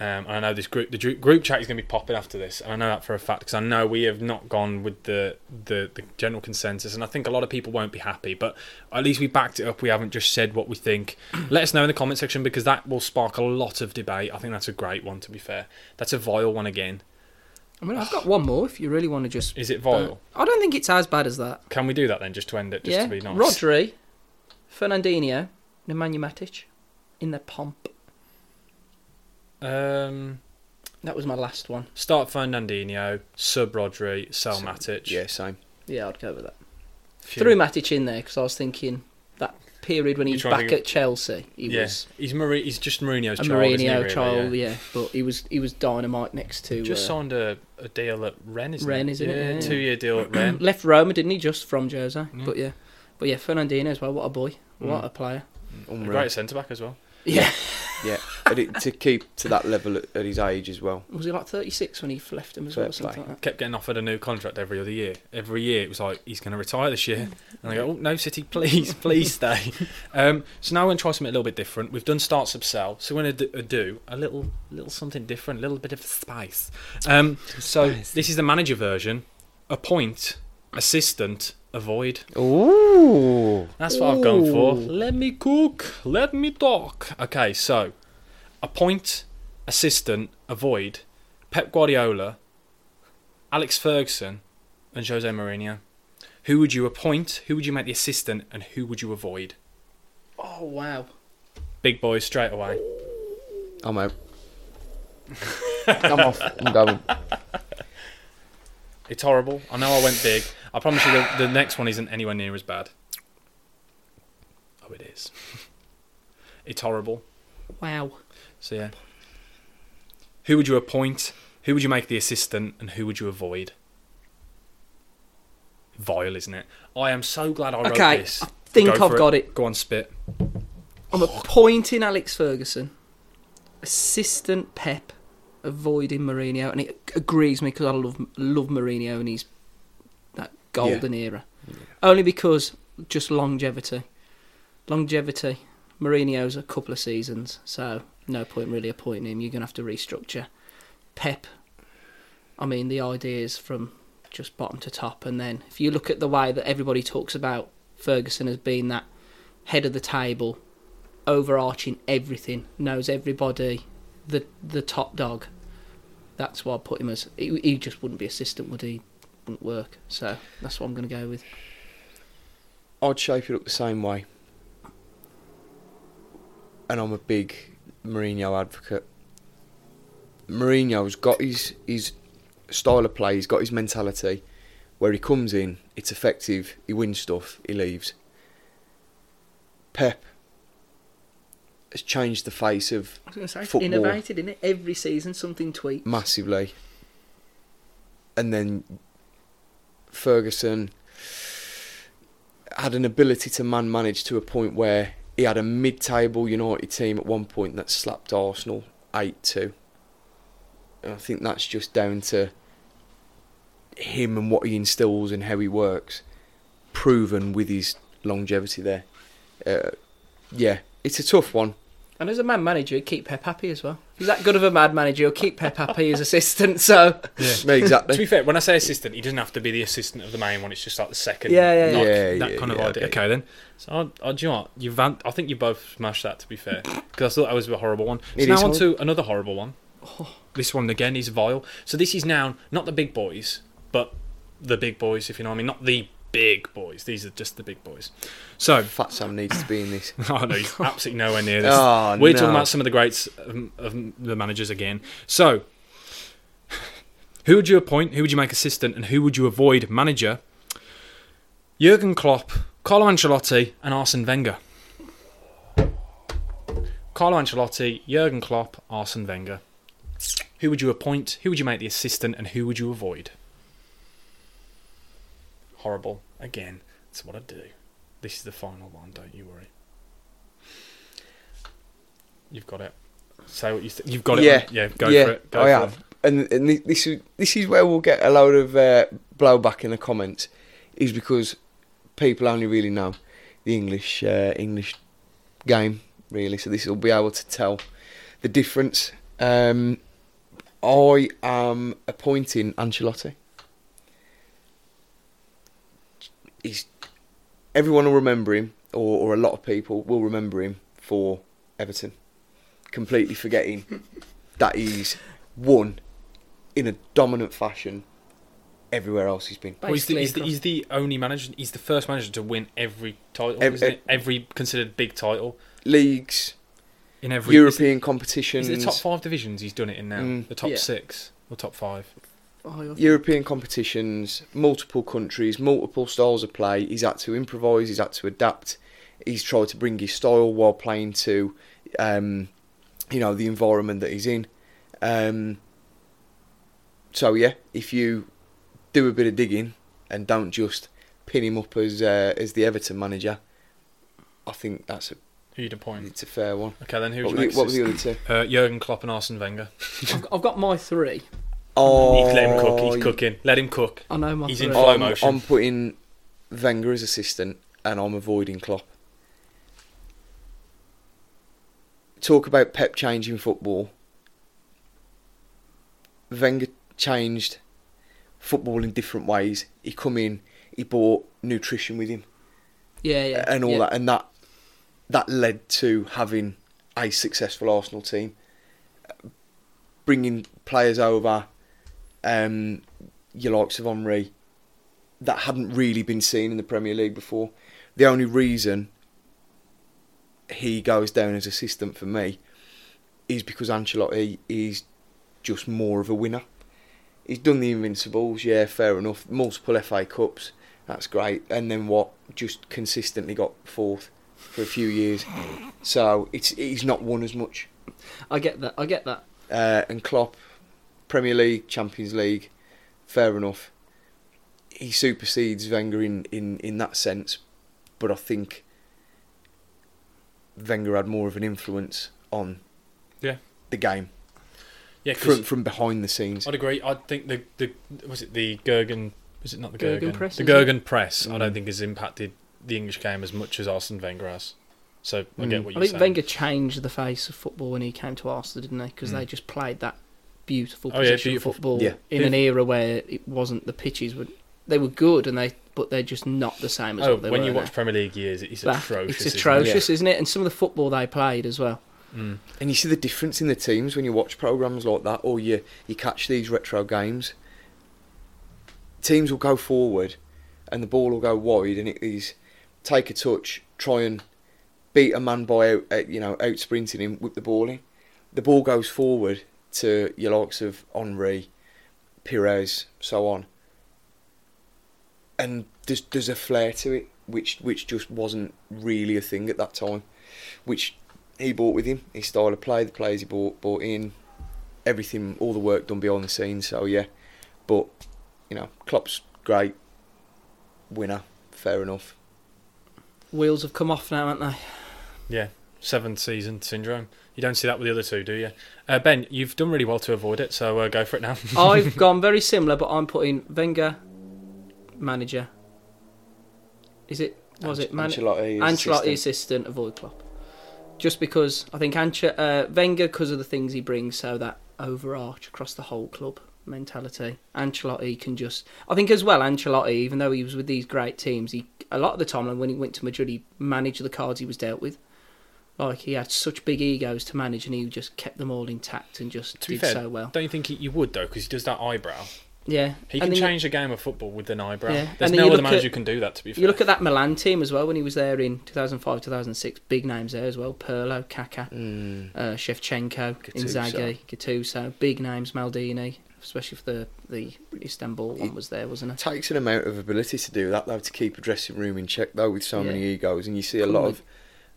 B: Um, and I know this group, the dru- group chat is going to be popping after this, and I know that for a fact because I know we have not gone with the, the the general consensus, and I think a lot of people won't be happy. But at least we backed it up. We haven't just said what we think. Let us know in the comment section because that will spark a lot of debate. I think that's a great one. To be fair, that's a vile one again.
C: I mean, I've got one more. If you really want to just,
B: Is it vile?
C: I don't think it's as bad as that.
B: Can we do that then, just to end it, just
C: yeah,
B: to be nice?
C: Rodri, Fernandinho, Nemanja Matic, in their pomp.
B: Um,
C: That was my last one.
B: start Fernandinho, sub Rodri, sell Matic.
D: Yeah, same.
C: Yeah, I'd go with that.
B: Phew.
C: Threw Matic in there because I was thinking that period when he
B: You're
C: was
B: trying to
C: back
B: think
C: at Chelsea, he
B: yeah.
C: was
B: He's Marie. He's just Mourinho's
C: a
B: child. isn't he,
C: Mourinho
B: really?
C: child.
B: Yeah.
C: Yeah. but he was he was dynamite next to
B: Just
C: uh,
B: signed a, a deal at Rennes. Isn't
C: Rennes,
B: it?
C: isn't it? Yeah.
B: Two year deal at Rennes.
C: left Roma, didn't he? Just from Jose,
B: Yeah. Mm.
C: but yeah, but yeah, Fernandinho as well. What a boy! What a player!
B: A
D: Unreal.
B: Great centre back as well.
C: Yeah,
D: Yeah, and it, to keep to that level at, at his age as well.
C: was he like 36 when he left him as well?
D: Fair
C: Or something
D: play.
C: like
B: Kept getting offered a new contract every other year. Every year it was like he's going to retire this year, and I go, "Oh no, City, please, please stay." Um, so now we're going to try something a little bit different. We've done start sub sell, so we're going to do a little, little something different, a little bit of spice. Um, so this is the manager version. Appoint, assistant, avoid.
D: Ooh.
B: That's what I've gone for.
C: Ooh.
B: Let me cook. Let me talk. Okay, so appoint, assistant, avoid, Pep Guardiola, Alex Ferguson, and Jose Mourinho. Who would you appoint? Who would you make the assistant? And who would you avoid?
C: that. Oh wow!
B: Big boys straight away.
D: I'm out. I'm off. I'm going.
B: It's horrible. I know I went big. I promise you the, the next one isn't anywhere near as bad. Oh, it is. it's horrible.
C: Wow.
B: So, yeah. Who would you appoint? Who would you make the assistant? And who would you avoid? Vile, isn't it? I am so glad I wrote
C: Okay,
B: this.
C: I think
B: Go
C: I've
B: for
C: got it.
B: Go on, spit.
C: I'm appointing Alex Ferguson, assistant Pep, avoiding Mourinho, and it agrees me because I love love Mourinho and he's that golden era. Only because just longevity, longevity. Mourinho's a couple of seasons, so no point really appointing him. You're gonna have to restructure. Pep, I mean the ideas from just bottom to top, and then if you look at the way that everybody talks about Ferguson as being that head of the table overarching everything, knows everybody, the the top dog. That's why I put him as. He, he just wouldn't be assistant, would he? Wouldn't work. So that's what I'm going to go with.
D: I'd shape it up the same way. And I'm a big Mourinho advocate. Mourinho's got his his style of play, he's got his mentality where he comes in, it's effective, he wins stuff, he leaves. Pep has changed the face of
C: I was going to say,
D: Football. innovated,
C: in it every season, something tweaked.
D: massively. And then Ferguson had an ability to man manage to a point where he had a mid table United team at one point that slapped Arsenal 8 2. And I think that's just down to him and what he instills and how he works, proven with his longevity there. Uh, yeah, it's a tough one.
C: And as a man manager, he'd keep Pep happy as well. He's that good of a mad manager. He'll keep Pep happy as assistant. So
B: To be
D: Exactly.
B: fair, when I say assistant, he doesn't have to be the assistant of the main one. It's just like the second.
C: Yeah, yeah,
B: like,
D: yeah.
B: that
D: Yeah,
B: kind of
D: yeah,
B: idea.
D: okay.
B: Okay, then. So, I, I, do you know what? You van- I think you both smashed that, to be fair. Because I thought that was a horrible one. So
D: It
B: now
D: is Oh.
B: on to another horrible one. This one, again, is vile. So this is now not the big boys, but the big boys, if you know what I mean. Not the big boys. These are just the big boys. So,
D: Fat Sam needs to be in this.
B: oh, no, he's absolutely nowhere near this.
D: Oh,
B: We're
D: no.
B: talking about some of the greats of, of the managers again. So, who would you appoint? Who would you make assistant? And who would you avoid manager? Jurgen Klopp, Carlo Ancelotti, and Arsene Wenger. Carlo Ancelotti, Jurgen Klopp, Arsene Wenger. Who would you appoint? Who would you make the assistant? And who would you avoid? Horrible. Again, that's what I do. This is the final one, don't you worry. You've got it. Say what you th- you've got it.
D: Yeah.
B: on- yeah, go
D: yeah,
B: for it. Go
D: I
B: for it.
D: have. And, and thi- this is this is where we'll get a load of uh, blowback in the comments, is because people only really know the English uh, English game really. So this will be able to tell the difference. Um, I am appointing Ancelotti. He's everyone will remember him, or, or a lot of people will remember him for Everton. Completely forgetting that he's won in a dominant fashion everywhere else he's been.
B: Well, he's, the,
C: basically,
B: he's, the, he's the only manager. He's the first manager to win every title,
D: Ev-
B: isn't
D: ev-
B: it? Every considered big title
D: Leagues,
B: in every
D: European
B: Is
D: competitions,
B: it the top five divisions he's done it in now?
D: Mm.
B: the top
C: Yeah.
B: six or top five?
C: Oh,
D: European competitions, multiple countries, multiple styles of play. He's had to improvise, he's had to adapt. He's tried to bring his style while playing to, um, you know, the environment that he's in. Um, so yeah, if you do a bit of digging and don't just pin him up as uh, as the Everton manager, I think that's a
B: Who you'd appoint?
D: It's a fair one.
B: Okay, then who
D: Mm. What
B: would
D: were,
B: you
D: the,
B: make?
D: what were the
B: assist-
D: other
B: uh,
D: two?
B: Jurgen Klopp and Arsene Wenger.
C: I've, I've got my three.
D: Oh,
B: Let him cook. He's cooking. Let him cook.
C: I know my
B: He's
C: three.
B: in
D: I'm,
B: Slow motion.
D: I'm putting Wenger as assistant, and I'm avoiding Klopp. Talk about Pep changing football. Wenger changed football in different ways. He come in, he brought nutrition with him.
C: yeah, yeah,
D: and all
C: yeah.
D: that, and that that led to having a successful Arsenal team, bringing players over, um, your likes of Henri, that hadn't really been seen in the Premier League before. The only reason he goes down as assistant for me is because Ancelotti is just more of a winner. He's done the Invincibles, yeah, fair enough. Multiple FA Cups, that's great. And then what? Just consistently got fourth for a few years. So it's he's not won as much.
C: I get that. I get that.
D: Uh, and Klopp, Premier League, Champions League, fair enough. He supersedes Wenger in, in, in that sense, but I think Wenger had more of an influence on
B: Yeah.
D: the game
B: Yeah, 'cause
D: from from behind the scenes.
B: I'd agree. I think the the was it the Gergen was it not the Gergen,
C: Gergen press,
B: The
C: is it?
B: Gergen press. I don't think has impacted the English game as much as Arsene Wenger has. So I get
D: Mm.
B: what
C: I
B: you're
C: think
B: saying.
C: Wenger changed the face of football when he came to Arsenal, didn't they? Because they just played that beautiful
B: Hmm. Oh, yeah,
C: position
B: beautiful.
C: of football
D: Yeah.
C: in an era where it wasn't the pitches were they were good and they but they're just not the same as
B: oh,
C: what they
B: when
C: were.
B: you
C: now.
B: watch Premier League years, it's
C: Back-
B: atrocious.
C: It's
B: isn't it?
C: atrocious, isn't it? And some of the football they played as well.
B: Mm.
D: And you see the difference in the teams when you watch programs like that, or you you catch these retro games. Teams will go forward, and the ball will go wide, and it is take a touch, try and beat a man by out, out- you know out sprinting him, whip the ball in. The ball goes forward to your likes of Henri, Pires, so on. And there's there's a flair to it, which which just wasn't really a thing at that time, which he brought with him, his style of play, the players he bought bought in, everything, all the work done behind the scenes. So yeah, but you know, Klopp's great winner, fair enough.
C: Wheels have come off now, haven't they?
B: Yeah, seventh season syndrome. You don't see that with the other two, do you? Uh, ben, you've done really well to avoid it, so uh, go for it now.
C: I've gone very similar, but I'm putting Wenger, manager. Is it? Was it manager?
D: Ancelotti?
C: Ancelotti assistant, avoid Klopp. Just because I think Anche- uh, Wenger, because of the things he brings, so that overarch across the whole club mentality. Ancelotti can just, I think as well, Ancelotti, even though he was with these great teams, he a lot of the time like, when he went to Madrid, he managed the cards he was dealt with. Like he had such big egos to manage, and he just kept them all intact and just
B: To be
C: did
B: fair,
C: so well.
B: Don't you think he, you would though? Because he does that eyebrow.
C: Yeah,
B: He
C: and
B: can
C: then
B: change the game of football with an eyebrow.
C: Yeah.
B: There's
C: And then you
B: no other
C: look
B: manager
C: at-
B: who can do that. To be fair,
C: You look at that Milan team as well when he was there in 2005, 2006. Big names there as well: Perlo, Kaká.
D: Mm,
C: uh, Shevchenko,
D: Gattuso.
C: Inzaghi, Gattuso, big names, Maldini, especially for the the Istanbul one was there, wasn't it?
D: takes an amount of ability to do that though to keep a dressing room in check though with so
C: Yeah.
D: many egos, and you see a
C: Couldn't
D: lot
C: they-
D: of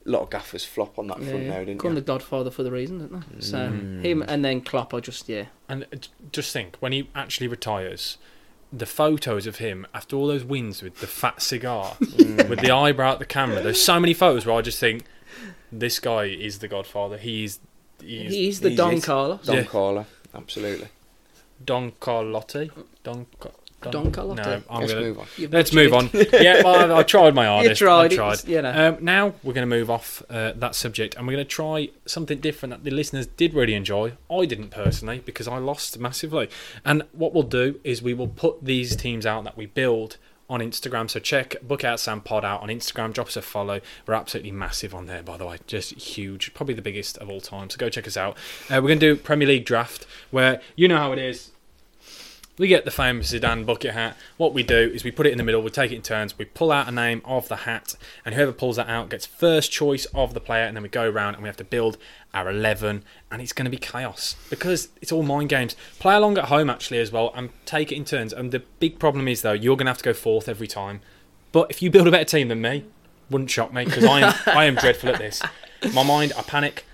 D: lot of gaffers flop on that front now, didn't
C: Called
D: you?
C: the Godfather for the reason, didn't they? So
D: Mm.
C: him and then Klopp are just yeah,
B: And uh, j- just think, when he actually retires, the photos of him after all those wins with the fat cigar, with the eyebrow at the camera, there's so many photos where I just think, this guy is the godfather. He is, he
C: he's,
B: is
C: the
D: he's
C: Don
D: it.
C: Carlos.
D: Don
B: Yeah.
D: Carlo, absolutely.
B: Don Carlotti. Don, Ca-
C: Don Carlotti.
B: No, I'm
D: Let's
B: gonna,
D: move on.
C: You've
B: Let's
C: butchered
B: move
C: it.
B: on. yeah, well, I, I tried my
C: You
B: hardest.
C: tried,
B: I tried.
C: it's- you know.
B: Um, now we're going to move off uh, that subject, and we're going to try something different that the listeners did really enjoy. I didn't personally because I lost massively. And what we'll do is we will put these teams out that we build on Instagram. So check Book Out Sam Pod out on Instagram. Drop us a follow. We're absolutely massive on there, by the way. Just huge, probably the biggest of all time. So go check us out. Uh, we're going to do Premier League draft, where you know how it is. We get the famous Zidane bucket hat. What we do is we put it in the middle, we take it in turns, we pull out a name of the hat, and whoever pulls that out gets first choice of the player, and then we go around and we have to build our 11, and it's going to be chaos because it's all mind games. Play along at home, actually, as well, and take it in turns. And the big problem is, though, you're going to have to go fourth every time. But if you build a better team than me, wouldn't shock me because I am, I am dreadful at this. My mind, I panic.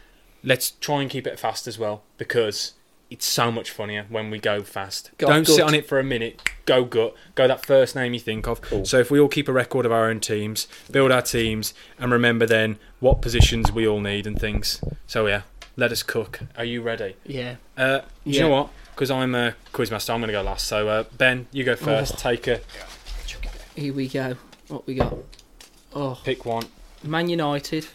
B: Let's try and keep it fast as well because it's so much funnier when we go fast.
C: Go
B: Don't sit
C: gut.
B: on it for a minute. Go gut. Go that first name you think of. So if we all keep a record of our own teams, build our teams, and remember then what positions we all need and things. So yeah, let us cook. Are you ready?
C: Yeah,
B: Uh, do you know
C: Yeah.
B: what? Because I'm a quizmaster, I'm going to go last. So uh, Ben, you go first. Take a
C: here we go. What we got? Oh,
B: pick one.
C: Man United.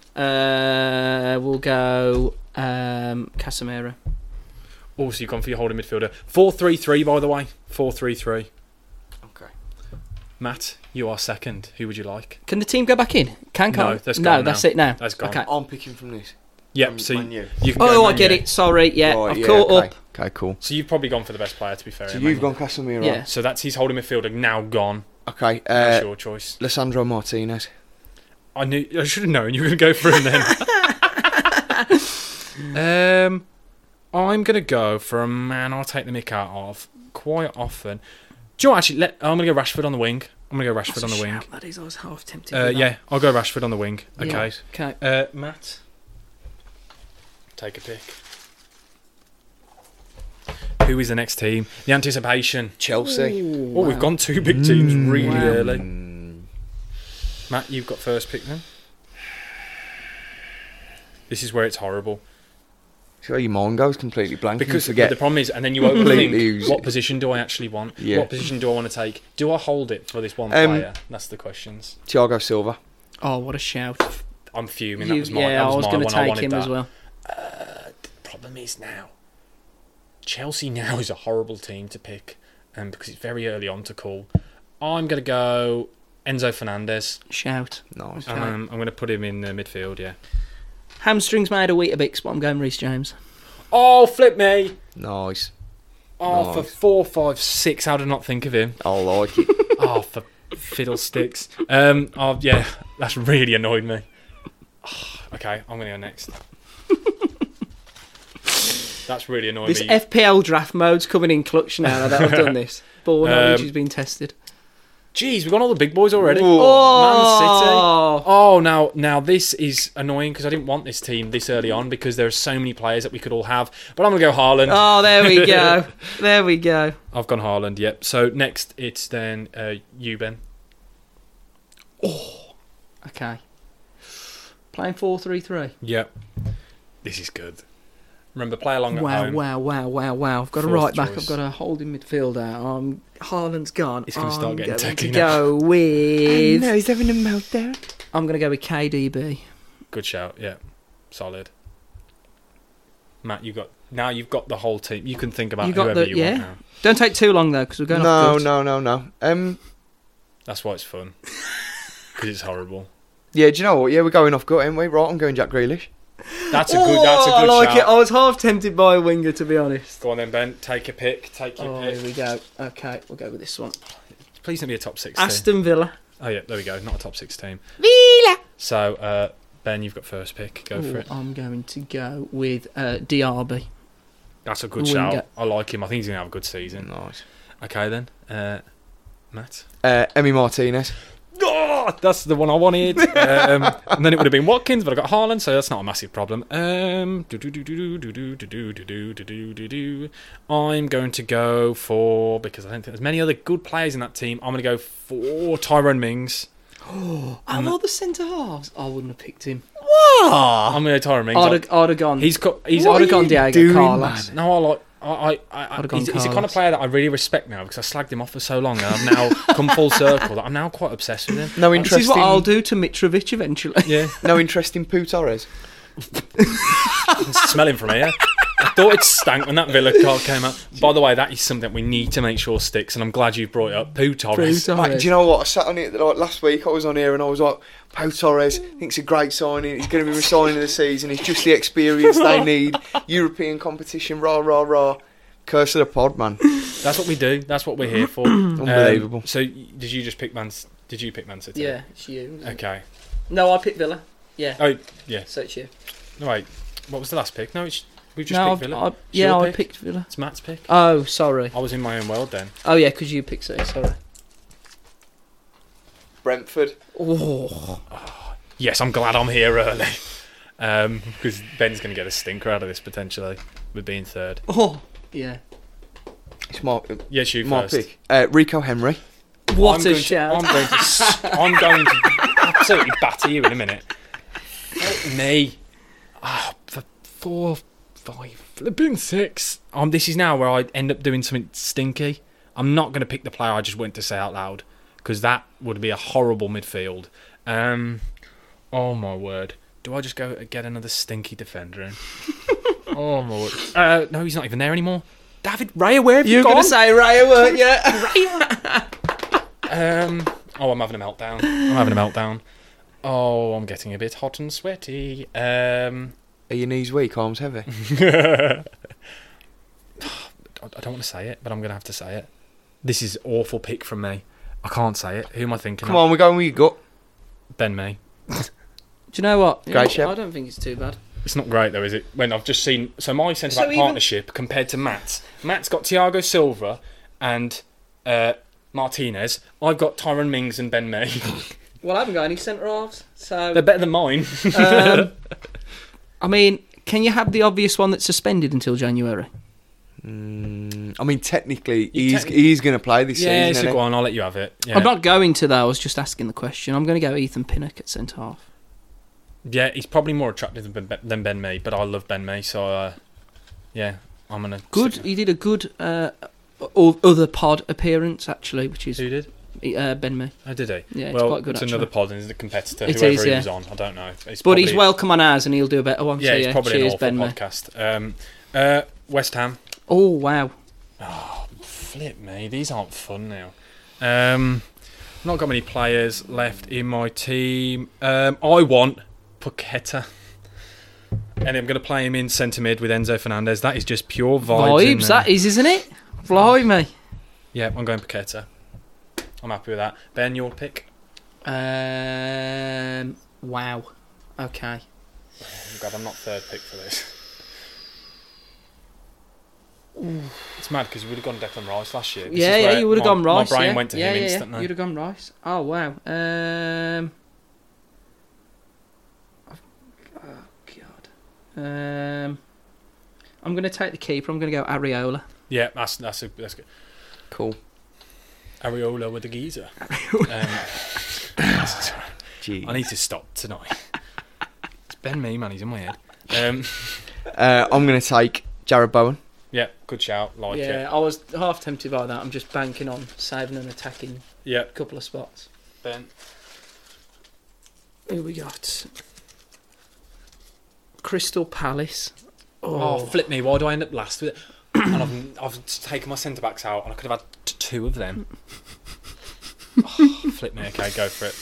C: Uh, we'll go um, Casemiro.
B: Also, you've gone for your holding midfielder. 4 3 3, by the way. 4 3 3.
D: Okay.
B: Matt, you are second. Who would you like?
C: Can the team go back in? Can
B: No,
C: can
B: that's
C: no,
B: gone
C: that's
B: now.
C: it now.
B: That's gone.
C: Okay.
D: I'm picking from this.
B: Yep,
D: from
B: so
D: Um, Man
B: you,
D: U.
B: you can go
C: Oh, I
B: Man
C: get
B: U.
C: it. Sorry. Yeah,
D: Right,
C: I've caught
D: okay.
C: up.
D: Okay, cool.
B: So you've probably gone for the best player, to be fair.
D: So
B: in
D: you've
B: Man
D: gone Casemiro.
C: Yeah.
B: U. So that's his holding midfielder now gone.
D: Okay.
B: That's
D: Uh,
B: your choice.
D: Lissandro Martinez.
B: I knew. I should have known you were going to go for him then. um, I'm I'm going to go for a man I take the mick out of quite often. Do you know what, actually? Let, I'm going to go Rashford on the wing. I'm going to go Rashford on the wing.
C: That is, I was half tempted.
B: Uh,
C: with that.
B: yeah, I'll go Rashford on the wing.
C: Yeah.
B: Okay.
C: Okay.
B: Uh, Matt, take a pick. Who is the next team? The anticipation.
D: Chelsea.
C: Ooh,
B: Oh, we've
C: wow.
B: gone two big teams
D: Mm.
B: really
C: Wow.
B: early. Matt, you've got first pick then. This is where it's horrible
D: So your mind goes completely blank.
B: because
D: you forget.
B: the problem is, and then you
D: Completely use
B: overthink. What
D: it.
B: position do I actually want?
D: Yeah.
B: What position do I want to take? Do I hold it for this one
D: Um,
B: player? That's the questions.
D: Thiago Silva.
C: Oh, what a shout!
B: I'm fuming. that
C: You-
B: was my.
C: yeah,
B: that was
C: I was
B: my
C: gonna
B: one. I
C: take
B: wanted
C: him
B: that.
C: as well.
B: problem is now, Chelsea now is a horrible team to pick, um, because it's very early on to call. I'm gonna go Enzo Fernandez.
C: Shout.
D: Nice.
C: Okay.
B: Um, I'm gonna put him in the midfield. Yeah.
C: Hamstrings made a Weetabix, but I'm going Reece James.
B: Oh, flip me!
D: Nice.
B: Oh,
D: Nice.
B: for four, five, six. How did I not think of him?
D: I like it.
B: Oh, for fiddlesticks. Um, oh, yeah, that's really annoyed me. Ah, okay, I'm gonna go next. That's really annoying
C: This
B: me.
C: FPL draft mode's coming in clutch now, now that I've done this. Ball knowledge
B: Um,
C: has been tested.
B: Jeez, we've got all the big boys already.
D: Ooh.
B: Man City.
C: Oh,
B: Oh, now now this is annoying because I didn't want this team this early on because there are so many players that we could all have. But I'm gonna go Haaland.
C: Oh, there we go. there we go.
B: I've gone Haaland. Yep. So next it's then uh, you, Ben.
C: Okay. Playing four three three.
B: Yep. This is good. Remember, play along at
C: Wow,
B: home.
C: wow, wow, wow, wow. I've got a
B: Fourth
C: right back,
B: choice.
C: I've got a holding midfielder. Um Haaland's gone.
B: It's gonna
C: I'm
B: start getting
C: going
B: techy
C: to
B: now.
C: go with
D: he's having a meltdown.
C: I'm gonna go with KDB.
B: Good shout. Yeah. Solid. Matt, you got now. You've got the whole team. You can think about
C: You got
B: whoever
C: the-
B: you
C: yeah.
B: want now.
C: Don't take too long though, because we're going off
D: No,
C: good.
D: no, no, no. Um,
B: That's why it's fun. Because it's horrible.
D: yeah, do you know what? Yeah, we're going off gut, aren't we? Right, I'm going Jack Grealish.
B: That's a good. That's a
C: Oh, I
B: good
C: like
B: shout.
C: it. I was half tempted by a winger, to be honest.
B: Go on then, Ben. Take a pick. Take your
C: Oh,
B: pick.
C: here we go. Okay, we'll go with this one.
B: Please don't be a top six. team.
C: Aston Villa.
B: Oh yeah, there we go. Not a top six team. So uh, Ben, you've got first pick. Go
C: Ooh,
B: for it.
C: I'm going to go with uh, DRB.
B: That's a good
C: Winger.
B: shout. I like him. I think he's gonna have a good season.
D: Nice.
B: Okay then, uh, Matt.
D: Uh, Emmy Martinez.
B: Oh, that's the one I wanted. um, and then it would have been Watkins, but I got Haaland, so that's not a massive problem. Um, do, do, do, do, do, do, do, do, do, do, do, do, do. I'm going to go for because I don't think there's many other good players in that team. I'm going to go for Tyrone Mings.
C: Out of all the centre halves, I wouldn't have picked him.
B: I'm going to go Tyrone Mings.
C: I'd have, I'd have gone.
B: He's got. He's
C: I'd
B: already
C: have gone Diego
D: doing,
C: Carlos.
B: No, I like. I, I, I, I
C: Would've gone
B: he's, he's the kind of
C: Carlos.
B: player that I really respect now because I slagged him off for so long, and I've now come full circle. That I'm now quite obsessed with him.
D: No
C: This
D: interest.
C: is what
D: in,
C: I'll do to Mitrovic eventually.
B: Yeah,
D: No interest in Pooh Torres.
B: I can smell him from here. I thought it stank when that Villa card came out. By the way, that is something we need to make sure sticks, and I'm glad you brought it up. Poo Torres.
C: Poo Torres.
D: Mate, do you know what? I sat on it like last week. I was on here and I was like, Pau Torres thinks a great signing. He's going to be the signing of the season. It's just the experience they need. European competition, rah rah rah. Curse of the pod, man.
B: That's what we do. That's what we're here for. Um,
D: Unbelievable.
B: so, y- did you just pick Man? C- Did you pick Man City?
C: Yeah, it's you.
B: Okay.
C: No, I picked Villa. Yeah,
B: Oh, yeah.
C: so it's you.
B: No, wait. What was the last pick? No, it's, we just
C: No,
B: picked Villa.
C: I,
B: yeah,
C: yeah,
B: your I
C: I
B: pick?
C: picked Villa.
B: It's Matt's pick.
C: Oh, sorry.
B: I was in my own world then.
C: Oh, yeah, because you picked City. Sorry.
D: Brentford.
C: Oh,
B: Yes, I'm glad I'm here early. Um, because Ben's going to get a stinker out of this potentially with being third.
C: oh, yeah.
D: It's my,
B: Yes, you
D: my
B: first.
D: pick. Uh, Rico Henry.
C: What
B: I'm
C: a
B: going
C: shout!
B: To, I'm, going to, s- I'm going to absolutely batter you in a minute. Help me. Ah, for four, five, flipping six. Um, this is now where I end up doing something stinky. I'm not going to pick the player I just went to say out loud because that would be a horrible midfield. Um, oh my word. Do I just go and get another stinky defender in? oh my word. Uh, no, he's not even there anymore. David Raya, where have you,
C: You're
B: gone?
C: gonna say Raya, weren't you?
B: Um. Oh, I'm having a meltdown. I'm having a meltdown. Oh, I'm getting a bit hot and sweaty. Um.
D: Are your knees weak? Arms heavy?
B: I I don't want to say it, but I'm gonna have to say it. This is awful pick from me. I can't say it. Who am I thinking?
D: Come
B: of?
D: on, we're going with your gut.
B: Ben May.
C: Do you know what?
D: Great shout.
C: I don't think it's too bad.
B: It's not great though, is it? When I've just seen so my centre
C: So
B: back
C: even-
B: partnership compared to Matt's. Matt's got Thiago Silva and uh, Martinez. I've got Tyron Mings and Ben May.
C: Well, I haven't got any centre halves,
B: They're
C: so.
B: better than mine.
C: Um, I mean, can you have the obvious one that's suspended until January?
D: Mm, I mean, technically,
B: You
D: he's
B: techni-
D: he's going to play this
B: yeah,
D: season.
B: so
D: innit?
B: go on. I'll let you have it. Yeah,
C: I'm not going to that. I was just asking the question. I'm going to go Ethan Pinnock at centre half.
B: yeah, he's probably more attractive than Ben, than ben May, but I love Ben May, so uh, yeah, I'm gonna.
C: Good.
B: stick-
C: He did a good uh, o- other pod appearance actually, which is
B: Who did?
C: uh, Ben May.
B: Oh, did he?
C: Yeah, it's
B: well,
C: quite good,
B: it's
C: actually.
B: another pod and he's a competitor.
C: It
B: whoever
C: is,
B: he
C: yeah.
B: was on, I don't know. It's
C: But he's
B: probably-
C: welcome on ours, and he'll do a better one.
B: Yeah,
C: so,
B: it's
C: yeah.
B: probably
C: Cheers,
B: an
C: Ben
B: awful
C: May.
B: podcast. Um, uh, West Ham.
C: Oh wow.
B: Flip me, these aren't fun now. Um, not got many players left in my team. Um, I want Paqueta. And I'm going to play him in centre mid with Enzo Fernandez. That is just pure vibes. in
C: Vibes,
B: there.
C: that is, isn't it? Fly me.
B: Yeah, I'm going Paqueta. I'm happy with that. Ben, your pick.
C: Um, wow. Okay.
B: I'm glad Oh, I'm not third pick for this. It's mad because we would have gone Declan Rice last year. This
C: yeah,
B: is
C: yeah,
B: where
C: you would have
B: my-
C: gone Rice.
B: My brain
C: yeah.
B: went to
C: yeah,
B: him
C: yeah,
B: instantly.
C: Yeah. You'd have gone Rice. Oh wow. Um, I've- oh god. Um, I'm gonna take the keeper. I'm gonna go Ariola.
B: Yeah, that's that's a, that's good.
D: Cool.
B: Areola with the geezer. um,
D: Gee.
B: I need to stop tonight. It's Ben Me, man. He's in my head. Um,
D: Uh, I'm going to take Jared Bowen.
B: yeah, good shout. Like
C: yeah,
B: it.
C: I was half tempted by that. I'm just banking on saving an attacking
B: Yeah,
C: couple of spots.
B: Ben.
C: Who we got? Crystal Palace.
B: Oh, flip me. Why do I end up last with it? and I've, I've taken my centre backs out, and I could have had t- two of them. oh, flip me. Okay, go for it.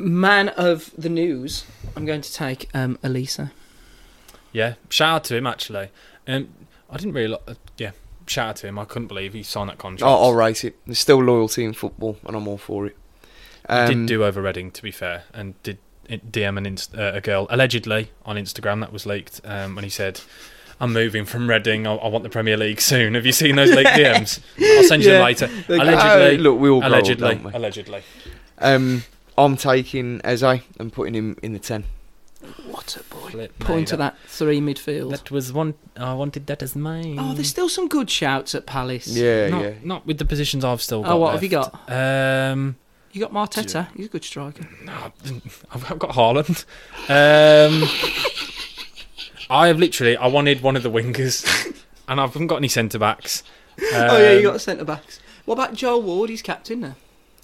C: man of the news, I'm going to take um, Elisa.
B: Yeah, shout out to him actually. Um, I didn't really. Like, uh, yeah, shout out to him. I couldn't believe he signed that contract.
D: I'll, I'll rate it. There's still loyalty in football, and I'm all for it.
B: He
D: Um,
B: did do over Reading to be fair, and did it- DM an inst- uh, a girl allegedly on Instagram that was leaked um, when he said. I'm moving from Reading. I, I want the Premier League soon. Have you seen those leaked DMs? I'll send you them
D: Yeah.
B: later.
D: Like,
B: Allegedly,
D: oh, look, we all grow up,
B: allegedly,
D: don't we?
B: allegedly.
D: Um, I'm taking Eze and putting him in the ten.
C: What a boy.
B: Flip me,
C: Put into that three midfield.
B: was one. I wanted that as mine.
C: oh, there's still some good shouts at Palace.
D: Yeah,
B: not,
D: yeah.
B: not with the positions I've still got.
C: Oh, what have you
B: left. Um,
C: You got Marteta. He's a good striker.
B: No, I've, I've got Haaland. Um, I have literally, I wanted one of the wingers, and I haven't got any centre backs.
C: oh yeah, you
B: Um,
C: got centre backs. What about Joel Ward? He's captain now.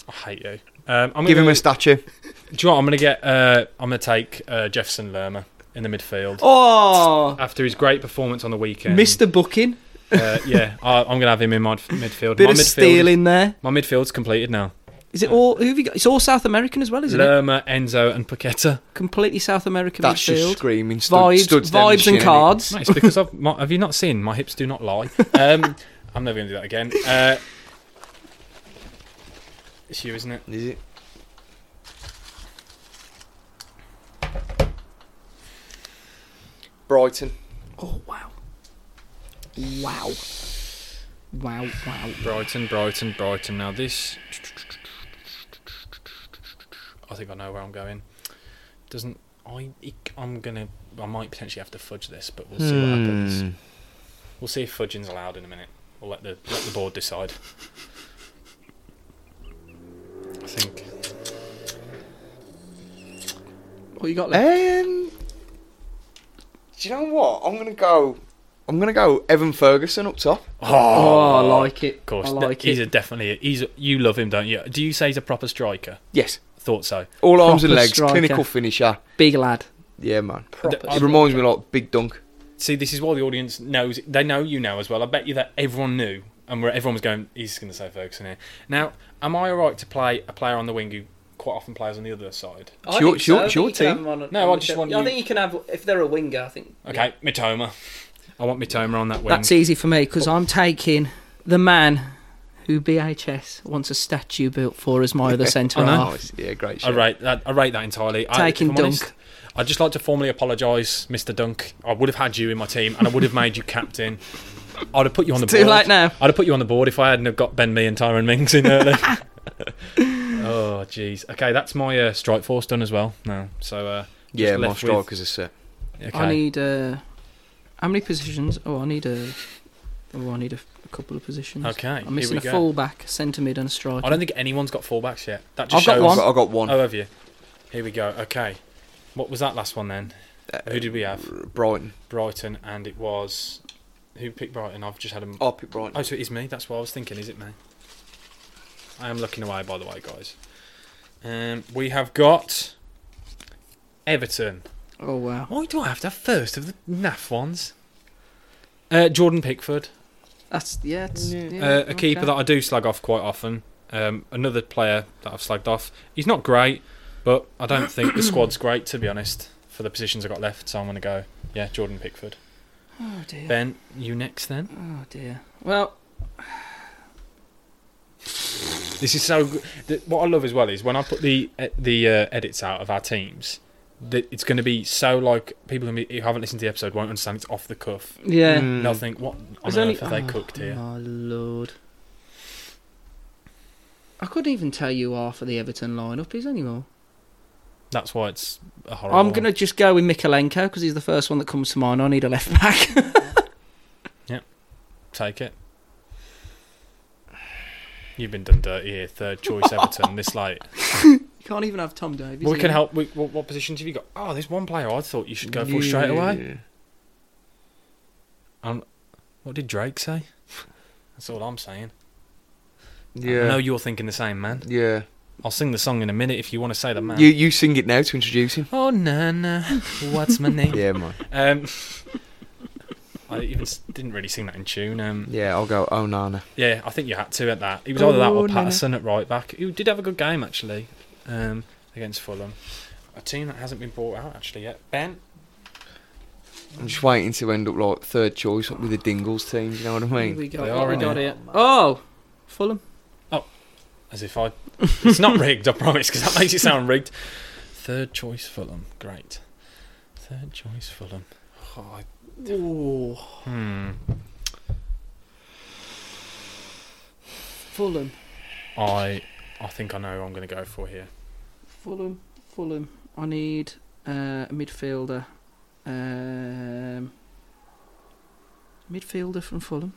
B: I hate you. Um, I'm
D: Give
B: gonna,
D: him a statue.
B: Do you know what? I'm gonna get. Uh, I'm gonna take uh, Jefferson Lerma in the midfield
C: Oh,
B: after his great performance on the weekend.
C: Mr. Booking.
B: Uh, yeah, I, I'm gonna have him in my f- midfield.
C: Bit
B: my
C: of
B: midfield.
C: steel in there.
B: My midfield's completed now.
C: Is it all? Who have you got? It's all South American as well, isn't it?
B: Lerma, Enzo, and Paqueta.
C: Completely South American
D: That's just
C: midfield.
D: screaming. Stud,
C: Vibes,
D: studs down the
C: vibes,
D: shin,
C: and
D: innit?
C: cards.
B: No, it's because I've. My, have you not seen my hips do not lie? Um, I'm never going to do that again. Uh, it's you, isn't it?
D: Is it? Brighton.
C: Oh wow, wow, wow, wow.
B: Brighton, Brighton, Brighton. Now this. I think I know where I'm going. Doesn't I? I'm gonna. I might potentially have to fudge this, but we'll see what happens.
D: Hmm.
B: We'll see if fudging's allowed in a minute. We'll let the let the board decide. I think.
C: What you got left?
D: Um, do you know what? I'm gonna go. I'm gonna go Evan Ferguson up top.
C: Oh, I like it.
B: Of course,
C: I like
B: he's
C: it.
B: a definitely he's a, you love him, don't you? Do you say he's a proper striker?
D: Yes.
B: Thought so.
D: All arms and
C: Proper
D: legs,
C: striker.
D: clinical finisher.
C: big lad.
D: Yeah, man.
C: Proper.
D: He reminds me like Big Dunk.
B: See, this is why the audience knows they know you now as well. I bet you that everyone knew, and where everyone was going, he's going to say Ferguson here. Now, am I alright to play a player on the wing who quite often plays on the other side?
D: It's your- it's your- it's your team.
B: No, I just want
C: I
B: you-
C: think you can have if they're a winger. I think.
B: Okay, Mitoma. I want Mitoma on that wing.
C: That's easy for me because I'm taking the man who BHS wants a statue built for as my other centre
B: I know.
C: half.
D: Nice. Yeah, great
B: I
D: shot.
B: rate that. I rate that entirely. I,
C: Taking
B: if I'm honest,
C: Dunk.
B: I'd just like to formally apologise, Mr. Dunk. I would have had you in my team, and I would have made you captain. I'd have put you on the
C: It's
B: board.
C: too late now.
B: I'd have put you on the board if I hadn't have got Ben Me and Tyron Mings in early. oh, jeez. Okay, that's my uh, strike force done as well now. So, uh, just
D: Yeah, my
B: left with-
D: strikers are set.
B: okay.
C: I need uh, how many positions? Oh, I need a. Oh, I need a, a couple of positions.
B: okay,
C: I'm missing
B: here we go.
C: a fullback, a centre mid, and a striker.
B: I don't think anyone's got fullbacks yet. That just
C: I've
B: shows.
C: got one.
D: I got one.
B: Oh, have you? Here we go. Okay. What was that last one then?
D: Uh,
B: Who did we have?
D: Brighton.
B: Brighton, and it was. Who picked Brighton? I've just had them.
D: I picked Brighton.
B: Oh, so it is me. That's what I was thinking. Is it me? I am looking away, by the way, guys. Um, we have got Everton.
C: Oh wow,
B: Why do I have to have first of the naff ones? Uh, Jordan Pickford,
C: that's yeah, it's,
D: Yeah.
C: yeah,
B: uh, a keeper
C: okay.
B: that I do slag off quite often. Um, another player that I've slagged off. He's not great, but I don't think the squad's great to be honest for the positions I got left. So I'm gonna go. Yeah, Jordan Pickford.
C: Oh dear.
B: Ben, you next then.
C: Oh dear. Well,
B: This is so. Good. The- What I love as well is when I put the eh, the uh, edits out of our teams, that it's going to be so like people who who haven't listened to the episode won't understand it's off the cuff.
C: yeah.
D: Mm.
B: They'll think, what on
C: There's
B: earth
C: only-
B: have they
C: oh,
B: cooked here?
C: My lord. I couldn't even tell you half of the Everton lineup is anymore.
B: That's why it's a horrible.
C: I'm gonna just go with Mikalenko because he's the first one that comes to mind. I need a left back.
B: take it. You've been done dirty here. Third choice Everton this late.
C: you can't even have Tom Davies.
B: Well, we
C: either.
B: can help. We, what, what positions have you got? Oh, there's one player I thought you should go for straight away. What did Drake say? That's all I'm saying. I know
D: Yeah.
B: you're thinking the same, man.
D: Yeah.
B: I'll sing the song in a minute if you want to say the man.
D: You you sing it now to introduce him.
B: Oh Nana, what's my name?
D: Yeah, man.
B: Um, I even s- didn't really sing that in tune. Um,
D: Yeah, I'll go. Oh, Nana.
B: yeah, I think you had to at that. It was either that
C: Oh,
B: or
C: Nana.
B: Patterson at right back, who did have a good game actually um, against Fulham. A team that hasn't been brought out actually yet. Ben,
D: I'm just waiting to end up like third choice with the Dingles team. You know what I
C: Here
D: mean?
C: we go.
B: They
C: What
B: are
C: we
B: in
C: got
B: it.
C: here? Oh, Fulham.
B: as if I. It's not rigged, I promise, because that makes it sound rigged. Third choice Fulham, great. Third choice Fulham. Oh, I-
C: Ooh,
B: hmm.
C: Fulham,
B: I, I think I know who I'm going to go for here.
C: Fulham, Fulham. I need uh, a midfielder. Um, midfielder from Fulham.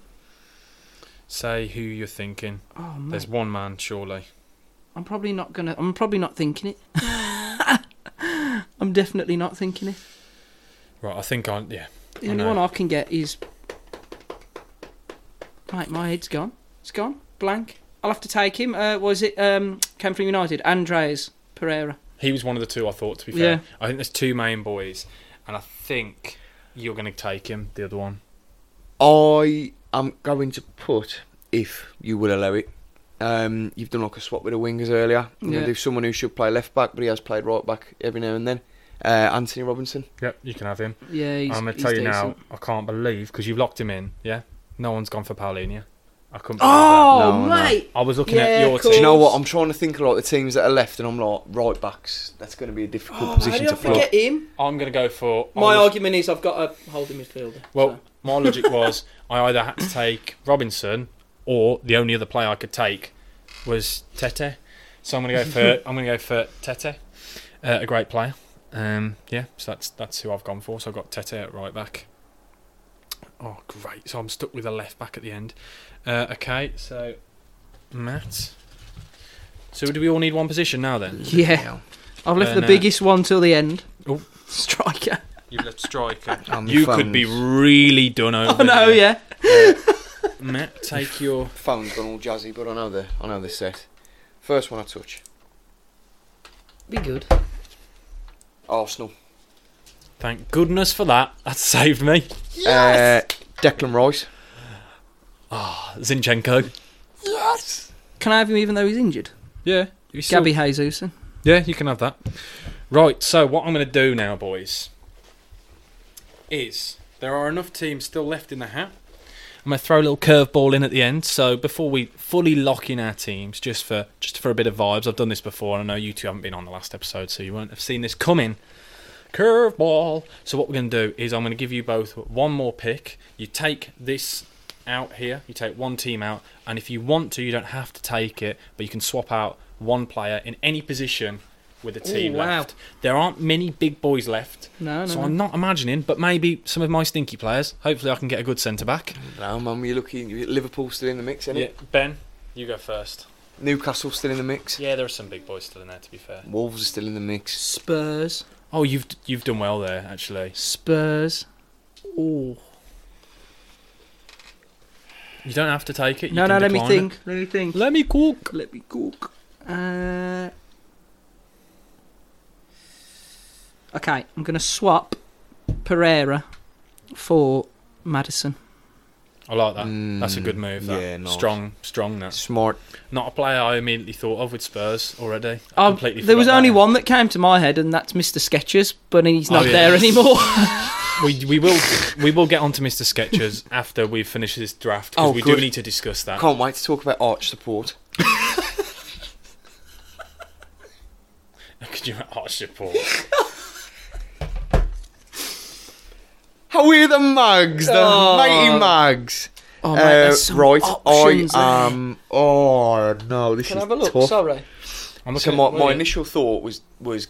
B: Say who you're thinking.
C: Oh man,
B: There's one man, surely.
C: I'm probably not gonna. I'm probably not thinking it. I'm definitely not thinking it.
B: Right, I think I yeah.
C: The
B: I
C: only
B: know.
C: one I can get is. Mate, my head's gone. It's gone. Blank. I'll have to take him. Uh, was it um, came from United? Andres Pereira.
B: He was one of the two I thought to be fair.
C: Yeah.
B: I think there's two main boys and I think you're gonna take him, the other one.
D: I am going to put, if you will allow it, um, you've done like a swap with the wingers earlier. I'm going
C: Yeah.
D: to do someone who should play left back, but he has played right back every now and then. Uh, Anthony Robinson.
B: Yep, you can have him.
C: Yeah, he's.
B: I'm gonna
C: he's
B: tell you now,
C: decent.
B: I can't believe because you've locked him in, yeah? No one's gone for Paulinia. I couldn't believe
C: Oh,
D: No, no.
C: mate.
B: that. I was looking
C: Yeah,
B: at your
C: cool.
D: Do
B: team.
D: you know what? I'm trying to think of like the teams that are left, and I'm like right backs. That's going to be a difficult
C: Oh, how
D: position
C: did I
D: to play.
C: forget him?
B: I'm gonna go for I
C: My
B: was-
C: argument is I've got a holding midfielder.
B: Well,
C: so.
B: my logic was I either had to take Robinson or the only other player I could take was Tete. So I'm gonna go for I'm gonna go for Tete, uh, a great player. Um, yeah, so that's that's who I've gone for. So I've got Tete at right back. Oh, great! So I'm stuck with a left back at the end. Uh, okay, so Matt. So do we all need one position now then?
C: yeah, I've left
B: Then,
C: the
B: uh,
C: biggest one till the end.
B: Oh.
C: Striker.
B: You've left striker.
D: Um,
B: You could
D: phones.
B: be really done over.
C: Oh no,
B: here. Uh,
C: yeah.
B: Matt, take your
D: Phone's gone all jazzy, but I know the I know the set. First one I touch,
C: Be good.
D: Arsenal.
B: Thank goodness for that. That saved me.
D: Uh, Declan Rice.
B: Zinchenko.
C: Can I have him even though he's injured?
B: Yeah.
C: Gabby Jesus.
B: Yeah, you can have that. Right, so what I'm going to do now, boys, is there are enough teams still left in the hat. I'm going to throw a little curveball in at the end. So before we fully lock in our teams, just for just for a bit of vibes, I've done this before, and I know you two haven't been on the last episode, so you won't have seen this coming. curveball. So what we're going to do is I'm going to give you both one more pick. You take this out here. You take one team out, and if you want to, you don't have to take it, but you can swap out one player in any position with a team
C: wow.
B: left. There aren't many big boys left,
C: No, no.
B: so
C: no.
B: I'm not imagining. But maybe some of my stinky players. Hopefully, I can get a good centre back.
D: No, man, you're lucky. Liverpool's still in the mix, isn't
B: Yeah,
D: it?
B: Ben, you go first.
D: Newcastle's still in the mix.
B: Yeah, there are some big boys still in there. To be fair.
D: Wolves are still in the mix.
C: Spurs.
B: Oh, you've you've done well there actually.
C: Spurs. Ooh.
B: You don't have to take it. You
C: No,
B: can
C: no, let me
B: decline it.
C: think. Let me think.
B: Let me cook.
C: Let me cook. Uh, okay, I'm going to swap Pereira for Madison.
B: I like that. That's a good
D: Mm,
B: move. That.
D: yeah, nice.
B: strong, strong. That
D: Smart.
B: not a player I immediately thought of with Spurs already. I
C: Um,
B: completely
C: there was
B: forgot
C: only
B: that.
C: one that came to my head, and that's Mr. Sketchers, but he's not
B: Oh, yeah.
C: there anymore.
B: We, we will we will get on to Mr. Sketchers after we finish this draft because
D: Oh,
B: we
D: good.
B: do need to discuss that.
D: Can't wait to talk about arch support.
B: Could you arch support?
D: How are the mugs? The
C: Oh.
D: mighty mugs.
C: oh, mate,
D: Uh,
C: there's some
D: right,
C: options there.
D: I am. Oh no, this
C: Can I
D: is
C: have a look?
D: tough.
C: Sorry.
B: I'm
D: So
B: looking
D: my,
B: at
D: my
B: my
D: initial thought was was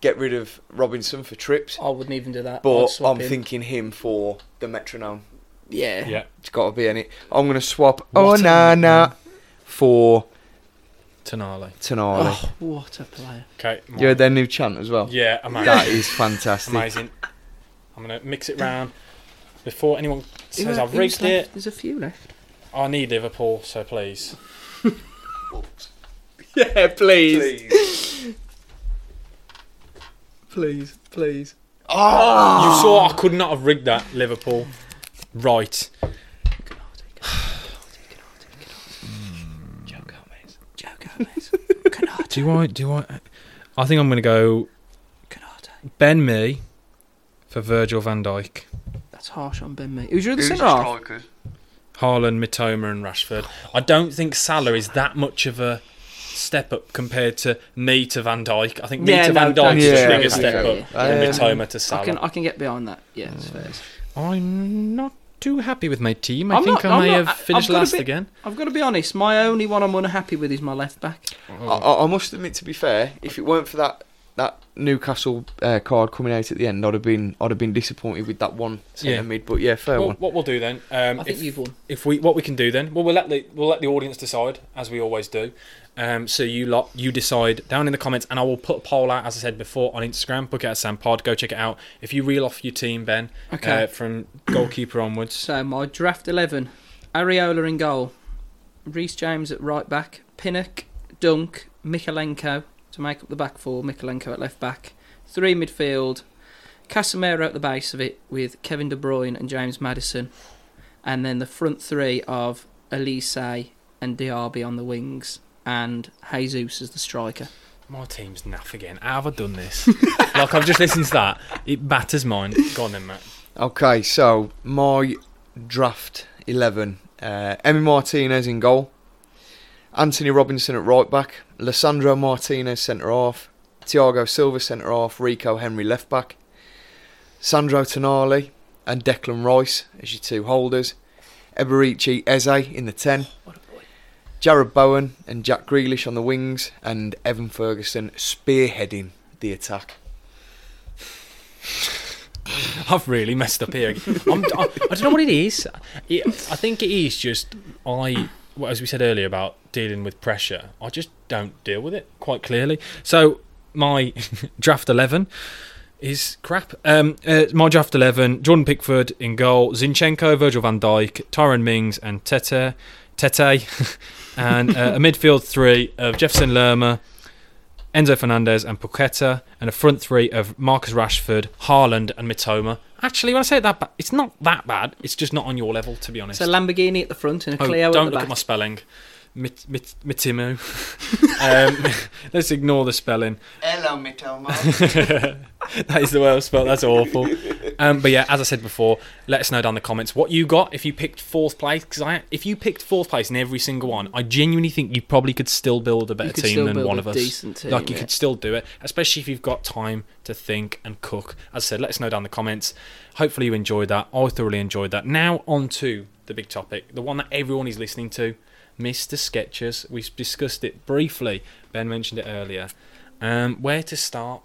D: get rid of Robinson for trips,
C: I wouldn't even do that. I'd
D: but
C: Oh, swap
D: I'm
C: him.
D: thinking him for the metronome.
C: Yeah.
B: yeah.
D: It's got to be in it. I'm gonna swap
B: What a
D: Onana for
B: Tonali.
D: Tonali.
C: Oh, what a player.
B: Okay.
D: You
B: my-
D: heard their new chant as well.
B: Yeah, amazing.
D: That is fantastic.
B: amazing. I'm gonna mix it round before anyone says
C: Who-
B: I've
C: who's
B: rigged
C: left?
B: it.
C: There's a few left.
B: I need Liverpool, so please.
C: Yeah, please.
D: Please.
C: Please, please.
D: Oh,
C: Ah.
B: You saw I could not have rigged that Liverpool. Right.
C: Joe Gomez. Joe Gomez. Canate.
B: Do I? Do I? I think I'm going to go
C: Canate.
B: Ben Me for Virgil van Dijk,
C: That's harsh on Ben Mee. Who's your other centre half?
B: Haaland, Mitoma, and Rashford. I don't think Salah is that much of a step up compared to me to Van Dijk. I think me
C: Yeah,
B: to
C: no,
B: Van Dijk
C: that's
B: is a
D: true,
B: bigger
D: that's
B: step
D: true.
B: up
D: Um,
B: than Mitoma to
C: I can
B: Salah.
C: I can get behind that. Yeah, it's fair.
B: I'm not too happy with my team. I
C: I'm
B: think
C: not-
B: I
C: I'm
B: may
C: not-
B: have
C: I-
B: finished
C: I've got a
B: last
C: bit-
B: again.
C: I've got to be honest. My only one I'm unhappy with is my left back.
D: I, I I must admit, to be fair, if it weren't for that that Newcastle uh, card coming out at the end, I'd have been I'd have been disappointed with that one centre
B: Yeah.
D: mid. But yeah, fair
B: Well,
D: one.
B: what we'll do then, um,
C: I think
B: if,
C: you've won.
B: if we what we can do then, well, we'll let the we'll let the audience decide as we always do. Um, so you lot, you decide down in the comments, and I will put a poll out as I said before on Instagram. Book it at Sam Pod. Go check it out. If you reel off your team, Ben,
C: Okay.
B: uh, from goalkeeper onwards,
C: So my draft eleven: Ariola in goal, Reece James at right back, Pinnock, Dunk, Mikalenko to make up the back four, Mikalenko at left back, three midfield, Casemiro at the base of it with Kevin De Bruyne and James Madison, and then the front three of Elise and Diaby on the wings, and Jesus as the striker.
B: my team's naff again. How have I done this? like I've just listened to that. It batters mine. Go on then, Matt.
D: Okay, so my draft eleven: uh, Emi Martinez in goal, Anthony Robinson at right back, Lissandro Martinez centre half, Thiago Silva centre half, Rico Henry left back, Sandro Tonali and Declan Rice as your two holders, Eberici Eze in the ten.
C: What a boy!
D: Jared Bowen and Jack Grealish on the wings, and Evan Ferguson spearheading the attack.
B: I've really messed up here. I'm, I, I don't know what it is. It, I think it is just I, well, as we said earlier about dealing with pressure. I just don't deal with it quite clearly. So my draft eleven is crap. Um, uh, my draft eleven: Jordan Pickford in goal, Zinchenko, Virgil van Dijk, Tyron Mings, and Tete, Tete, and uh, a midfield three of Jefferson Lerma. Enzo Fernandez and Paqueta, and a front three of Marcus Rashford, Haaland, and Mitoma. Actually, when I say it that bad, it's not that bad. It's just not on your level, to be honest.
C: So Lamborghini at the front and a
B: Oh,
C: Clio
B: don't
C: at the
B: look
C: back.
B: at my spelling. Mit, mit, mitimo. um, let's ignore the spelling.
D: Hello, Mitoma.
B: that is the way I spelled. That's awful. Um, but yeah, as I said before, let us know down in the comments what you got if you picked fourth place. Because if you picked fourth place in every single one, I genuinely think you probably could still build a better
C: could
B: team
C: still
B: than
C: build
B: one
C: a
B: of us.
C: decent team,
B: like you
C: yeah.
B: could still do it, especially if you've got time to think and cook. As I said, let us know down in the comments. Hopefully you enjoyed that. I thoroughly enjoyed that. Now on to the big topic, the one that everyone is listening to, Mr. Sketchers. We've discussed it briefly. Ben mentioned it earlier. Um, where to start?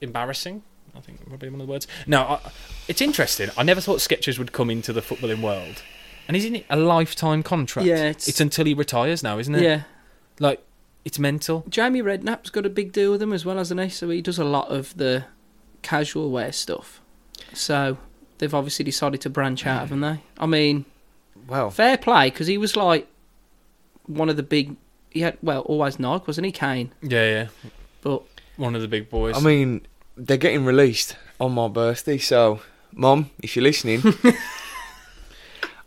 B: Embarrassing, I think would be one of the words. No, I, it's interesting. I never thought Sketchers would come into the footballing world. And isn't it a lifetime contract?
C: Yeah, it's-
B: it's until he retires now, isn't it?
C: Yeah.
B: Like, it's mental.
C: Jamie Redknapp's got a big deal with him as well, hasn't he? So he does a lot of the casual wear stuff. So they've obviously decided to branch out, haven't they? I mean,
D: Wow.
C: fair play because he was like one of the big. He had well always Nike, wasn't he? Kane,
B: Yeah, yeah.
C: but
B: One of the big boys.
D: I mean, they're getting released on my birthday, so mom, if you're listening,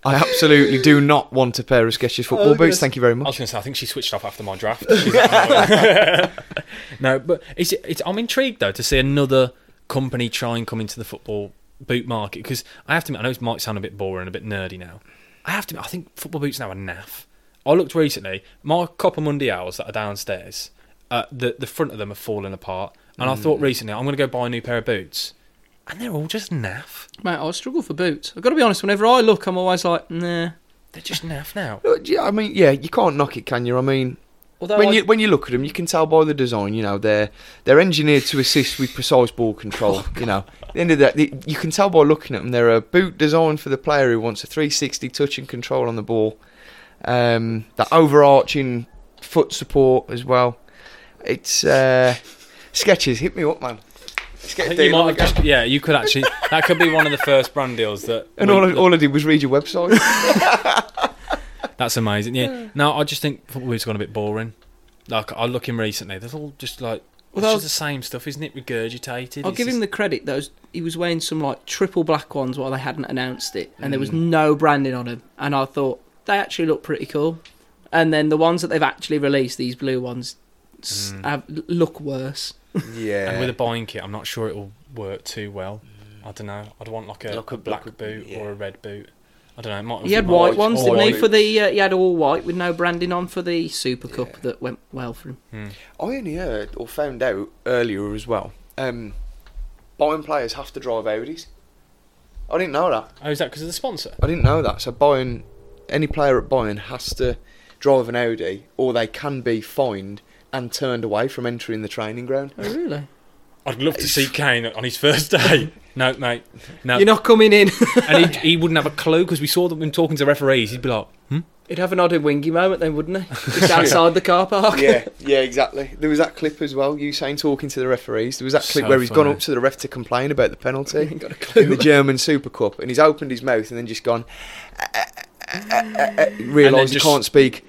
D: I absolutely do not want a pair of Skechers football boots. Thank you very
B: I was
D: much.
B: going to say, I think she switched off after my draft. She's like, "Oh." no, but it's, it's, I'm intrigued though to see another company try and come into the football boot market because I have to admit, I know it might sound a bit boring, a bit nerdy now. I have to admit, I think football boots now are naff. I looked recently, my Copper Monday owls that are downstairs, uh, the, the front of them are falling apart. And I
D: Mm.
B: thought recently, I'm going to go buy a new pair of boots. And they're all just naff.
C: mate, I struggle for boots. I've got to be honest. Whenever I look, I'm always like, nah.
B: They're just naff now.
D: Look, yeah, I mean, yeah, you can't knock it, can you? I mean,
C: Although
D: when
C: I-
D: you when you look at them, you can tell by the design. You know, they're they're engineered to assist with precise ball
B: Oh,
D: control. you know, At the end of that, you can tell by looking at them. They're a boot designed for the player who wants a 360 touch and control on the ball. Um, that overarching foot support as well. It's uh, sketches. Hit me up, man. Let's
B: I
D: get a
B: think you
D: deal
B: might
D: on
B: have
D: the
B: just, yeah, you could actually. That could be one of the first brand deals that.
D: and
B: we-
D: all I, all I did was read your website.
B: That's amazing. Yeah. No, I just think football boots have gone a bit boring. Like I look him recently, they're all just like it's
C: Well,
B: just the same stuff, isn't it? Regurgitated.
C: I'll
B: It's
C: give him
B: just-
C: the credit though. He was wearing some like triple black ones while they hadn't announced it, and there was no branding on them. And I thought they actually look pretty cool. And then the ones that they've actually released, these blue ones, s have, look worse.
D: yeah.
B: and with a buying kit, I'm not sure it will work too well. I don't know. I'd want like a,
D: Look
B: a
D: at-
B: black
D: look at-
B: boot
D: yeah.
B: or a red boot. I don't know. It might
C: He had
B: might-
C: white
D: White
C: ones,
B: or
C: didn't he?
B: white.
C: For the uh, he had all white with no branding on for the Super Cup that went well for him.
D: I only heard or found out earlier as well. Um, Bayern players have to drive Audis. I didn't know that.
B: Oh, is that because of the sponsor?
D: I didn't know that. So Bayern, any player at Bayern has to drive an Audi, or they can be fined and turned away from entering the training ground.
C: Oh really?
B: I'd love to see Kane on his first day. No, mate. No,
C: You're not coming in.
B: and he'd, he wouldn't have a clue because we saw them him talking to referees. He'd be like,
C: He'd have an odd and wingy moment then, wouldn't he? Just outside the car park.
D: yeah, yeah, exactly. There was that clip as well. Usain talking to the referees. There was that clip
B: So
D: where he's gone
B: funny.
D: up to the ref to complain about the penalty
C: Got a clue.
D: in the German Super Cup, and he's opened his mouth and then just gone. Realised he
B: just-
D: can't speak.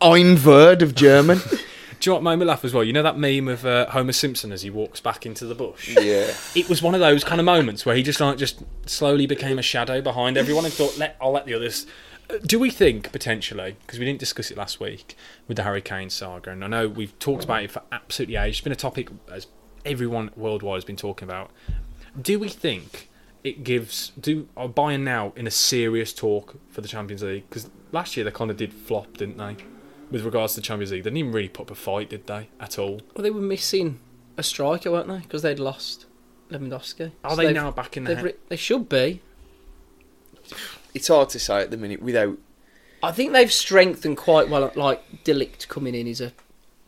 D: Ein Word of German.
B: Do you know what made me laugh as well? You know that meme of uh, Homer Simpson as he walks back into the bush?
D: yeah.
B: It was one of those kind of moments where he just like just slowly became a shadow behind everyone and thought, let, I'll let the others. Uh, Do we think potentially, because we didn't discuss it last week with the Hurricane saga, and I know we've talked about it for absolutely ages, it's been a topic as everyone worldwide has been talking about. Do we think it gives, do are Bayern now in a serious talk for the Champions League? Because last year they kind of did flop, didn't they? With regards to the Champions League, they didn't even really put up a fight, did they? At all.
C: Well, they were missing a striker, weren't they? Because they'd lost Lewandowski.
D: Oh,
B: Are
C: So
B: they
C: they've-
B: now back in the
C: they've
B: ha-
C: re- they should be.
D: It's hard to say at the minute without
C: I think they've strengthened quite well. Like Delict coming in is a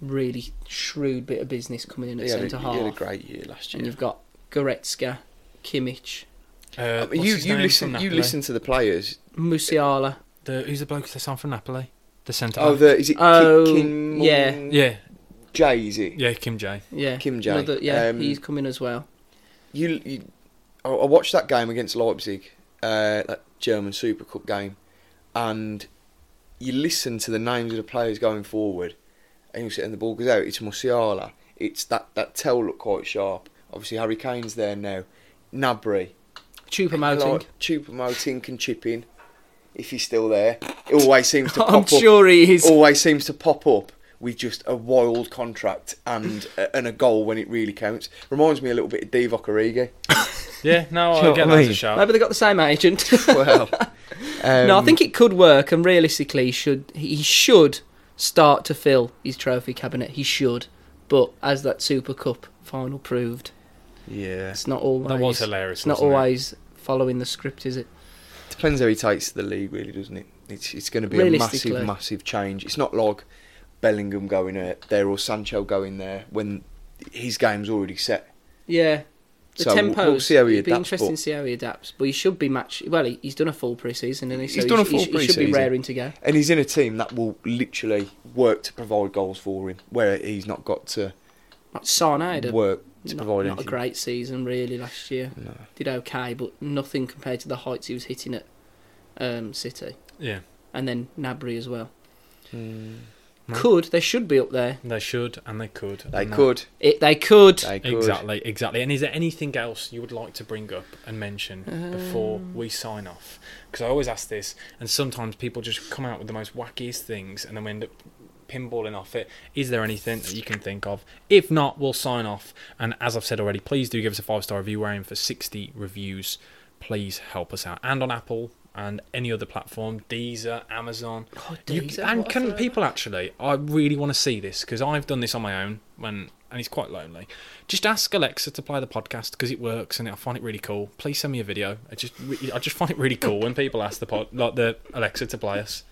C: really shrewd bit of business coming in at
D: He had,
C: centre
D: a, he had a
C: half,
D: great year last
C: and
D: year.
C: you've got Goretzka, Kimmich,
B: Uh,
D: I mean,
B: what's
D: you
B: his
D: you
B: name
D: listen
B: from
D: you
B: Napoli?
D: listen to the players.
C: Musiala.
B: The, who's the bloke they signed from Napoli? The centre.
D: Oh,
B: half.
D: the, is it
C: Oh,
D: Ki- Kim?
C: yeah.
B: yeah,
D: Jay is it?
B: yeah, Kim J.
C: Yeah,
D: Kim Jae.
C: Another, yeah,
D: Um,
C: he's coming as well.
D: You, you I, I watched that game against Leipzig, uh, that German Super Cup game, and you listen to the names of the players going forward, and you sit and the ball goes out. It's Musiala. It's that that tail look quite sharp. Obviously, Harry Kane's there now. Nabry.
C: Chupamoting.
D: Like, Choupo-Moting and chip in if he's still there. It always seems to pop
C: I'm
D: up. Oh.
C: sure he is.
D: Always seems to pop up with just a wild contract and and a goal when it really counts. Reminds me a little bit of Divock Origi.
B: Yeah, no,
D: Do
B: I
D: you know
B: get
D: what I
B: that as a
D: mean?
B: shout.
C: Maybe they got the same agent.
D: well,
C: no, I
D: um,
C: think it could work, and realistically, he should he should start to fill his trophy cabinet. He should, but as that Super Cup final proved,
D: yeah,
C: it's not always
B: That was hilarious.
C: it's not
B: wasn't it?
C: always following the script, is it?
D: depends how he takes the league, really, doesn't it? It's it's going to be a
C: Realistically.
D: massive, massive change. It's not like Bellingham going uh, there or Sancho going there when his game's already set.
C: Yeah. The
D: So we'll-
C: tempo.
D: we'll see how he
C: It'd be
D: adapts,
C: interesting to
D: but-
C: see how he adapts, but he should be match. Well, he, he's done a full pre-season, and he, so
D: He's
C: he
D: done a
C: sh- he sh-
D: full
C: he should be
D: pre-season.
C: raring to go.
D: And he's in a team that will literally work to provide goals for him, where he's not got to
C: Like Son had a
D: work to
C: not,
D: provide
C: not a
D: anything.
C: great season really last year.
D: No.
C: Did okay, but nothing compared to the heights he was hitting at um, City,
B: Yeah,
C: and then Nabry as well.
D: Mm.
B: No.
C: Could they should be up there?
B: they should and they could.
D: They
B: and that-
D: could.
C: It they could.
D: They could.
B: Exactly, exactly. And is there anything else you would like to bring up and mention before we sign off? Because I always ask this, and sometimes people just come out with the most wackiest things, and then we end up pinballing off it. Is there anything that you can think of? If not, we'll sign off. And as I've said already, please do give us a five star review. We're aiming for sixty reviews. Please help us out, and on Apple and any other platform, Deezer, Amazon.
C: Oh,
B: You-
C: Deezer,
B: and
C: what a
B: can
C: throwback.
B: people actually? I really want to see this because I've done this on my own when, and it's quite lonely. Just ask Alexa to play the podcast because it works and I find it really cool. Please send me a video. I just, re- I just find it really cool when people ask the pod, like the Alexa to play us,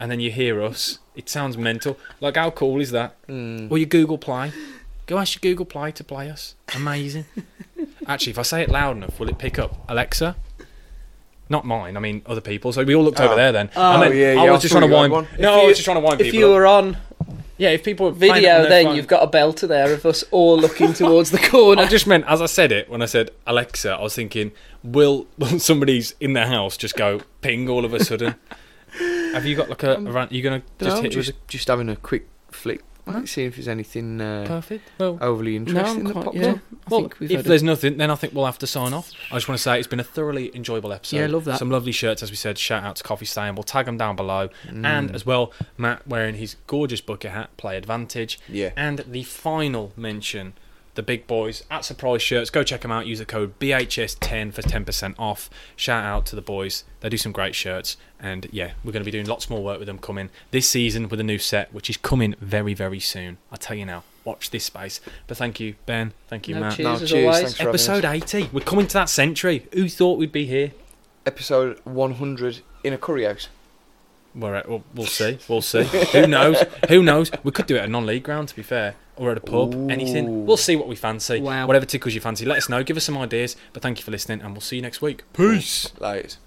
B: and then you hear us. It sounds mental. Like how cool is that?
D: Mm.
B: Or your Google Play. Go ask your Google Play to play us. Amazing. Actually, if I say it loud enough, will it pick up Alexa? Not mine. I mean, other people. So we all looked over
D: Oh.
B: there then.
C: Oh,
B: I mean,
D: yeah,
B: I
D: yeah,
B: was
D: I
B: just
D: thought
B: trying to
D: you had
B: wind.
D: one.
B: No,
C: If
B: I
C: you-
B: was just trying to wind
C: If
B: people.
C: you were on
B: up. yeah, if people were playing it on
C: video,
B: their
C: then
B: phone-
C: you've got a belter there of us all looking towards the
B: I
C: corner.
B: just meant as I said it when I said Alexa, I was thinking, will, will somebody's in their house just go ping all of a sudden? Have you got like a? a rant- you gonna just
D: No,
B: hit
D: just,
B: it
D: just having a quick flick, might see if there's anything
B: with a
D: uh,
B: perfect? Well,
D: overly interesting that pops
C: yeah.
D: up.
C: I
B: Well,
C: think we've
B: if
C: had a-
B: there's nothing, then I think we'll have to sign off. I just want to say it's been a thoroughly enjoyable episode.
C: Yeah, love that.
B: Some lovely shirts, as we said. Shout out to Coffee Stain. We'll tag them down below.
C: Mm.
D: mm,
B: And as well, Matt wearing his gorgeous bucket hat, play advantage.
D: Yeah.
B: And the final mention, the big boys at Surprise Shirts. Go check them out. Use the code BHS10 for 10% off. Shout out to the boys. They do some great shirts. And yeah, we're going to be doing lots more work with them coming this season with a new set, which is coming very, very soon. I tell you now, watch this space. But thank you, Ben. Thank you,
C: No,
B: Matt.
C: cheers as
D: cheers,
C: always.
D: thanks for having us.
B: Episode 80. We're coming to that century. Who thought we'd be here?
D: Episode 100 in a curry house.
B: We're at, we'll, we'll see. We'll see. Who knows? Who knows? We could do it at a non-league ground, to be fair, or at a pub. Anything.
D: Ooh.
B: We'll see what we fancy.
C: Wow.
B: Whatever tickles you fancy. Let us know. Give us some ideas. But thank you for listening, and we'll see you next week.
D: Peace. Like,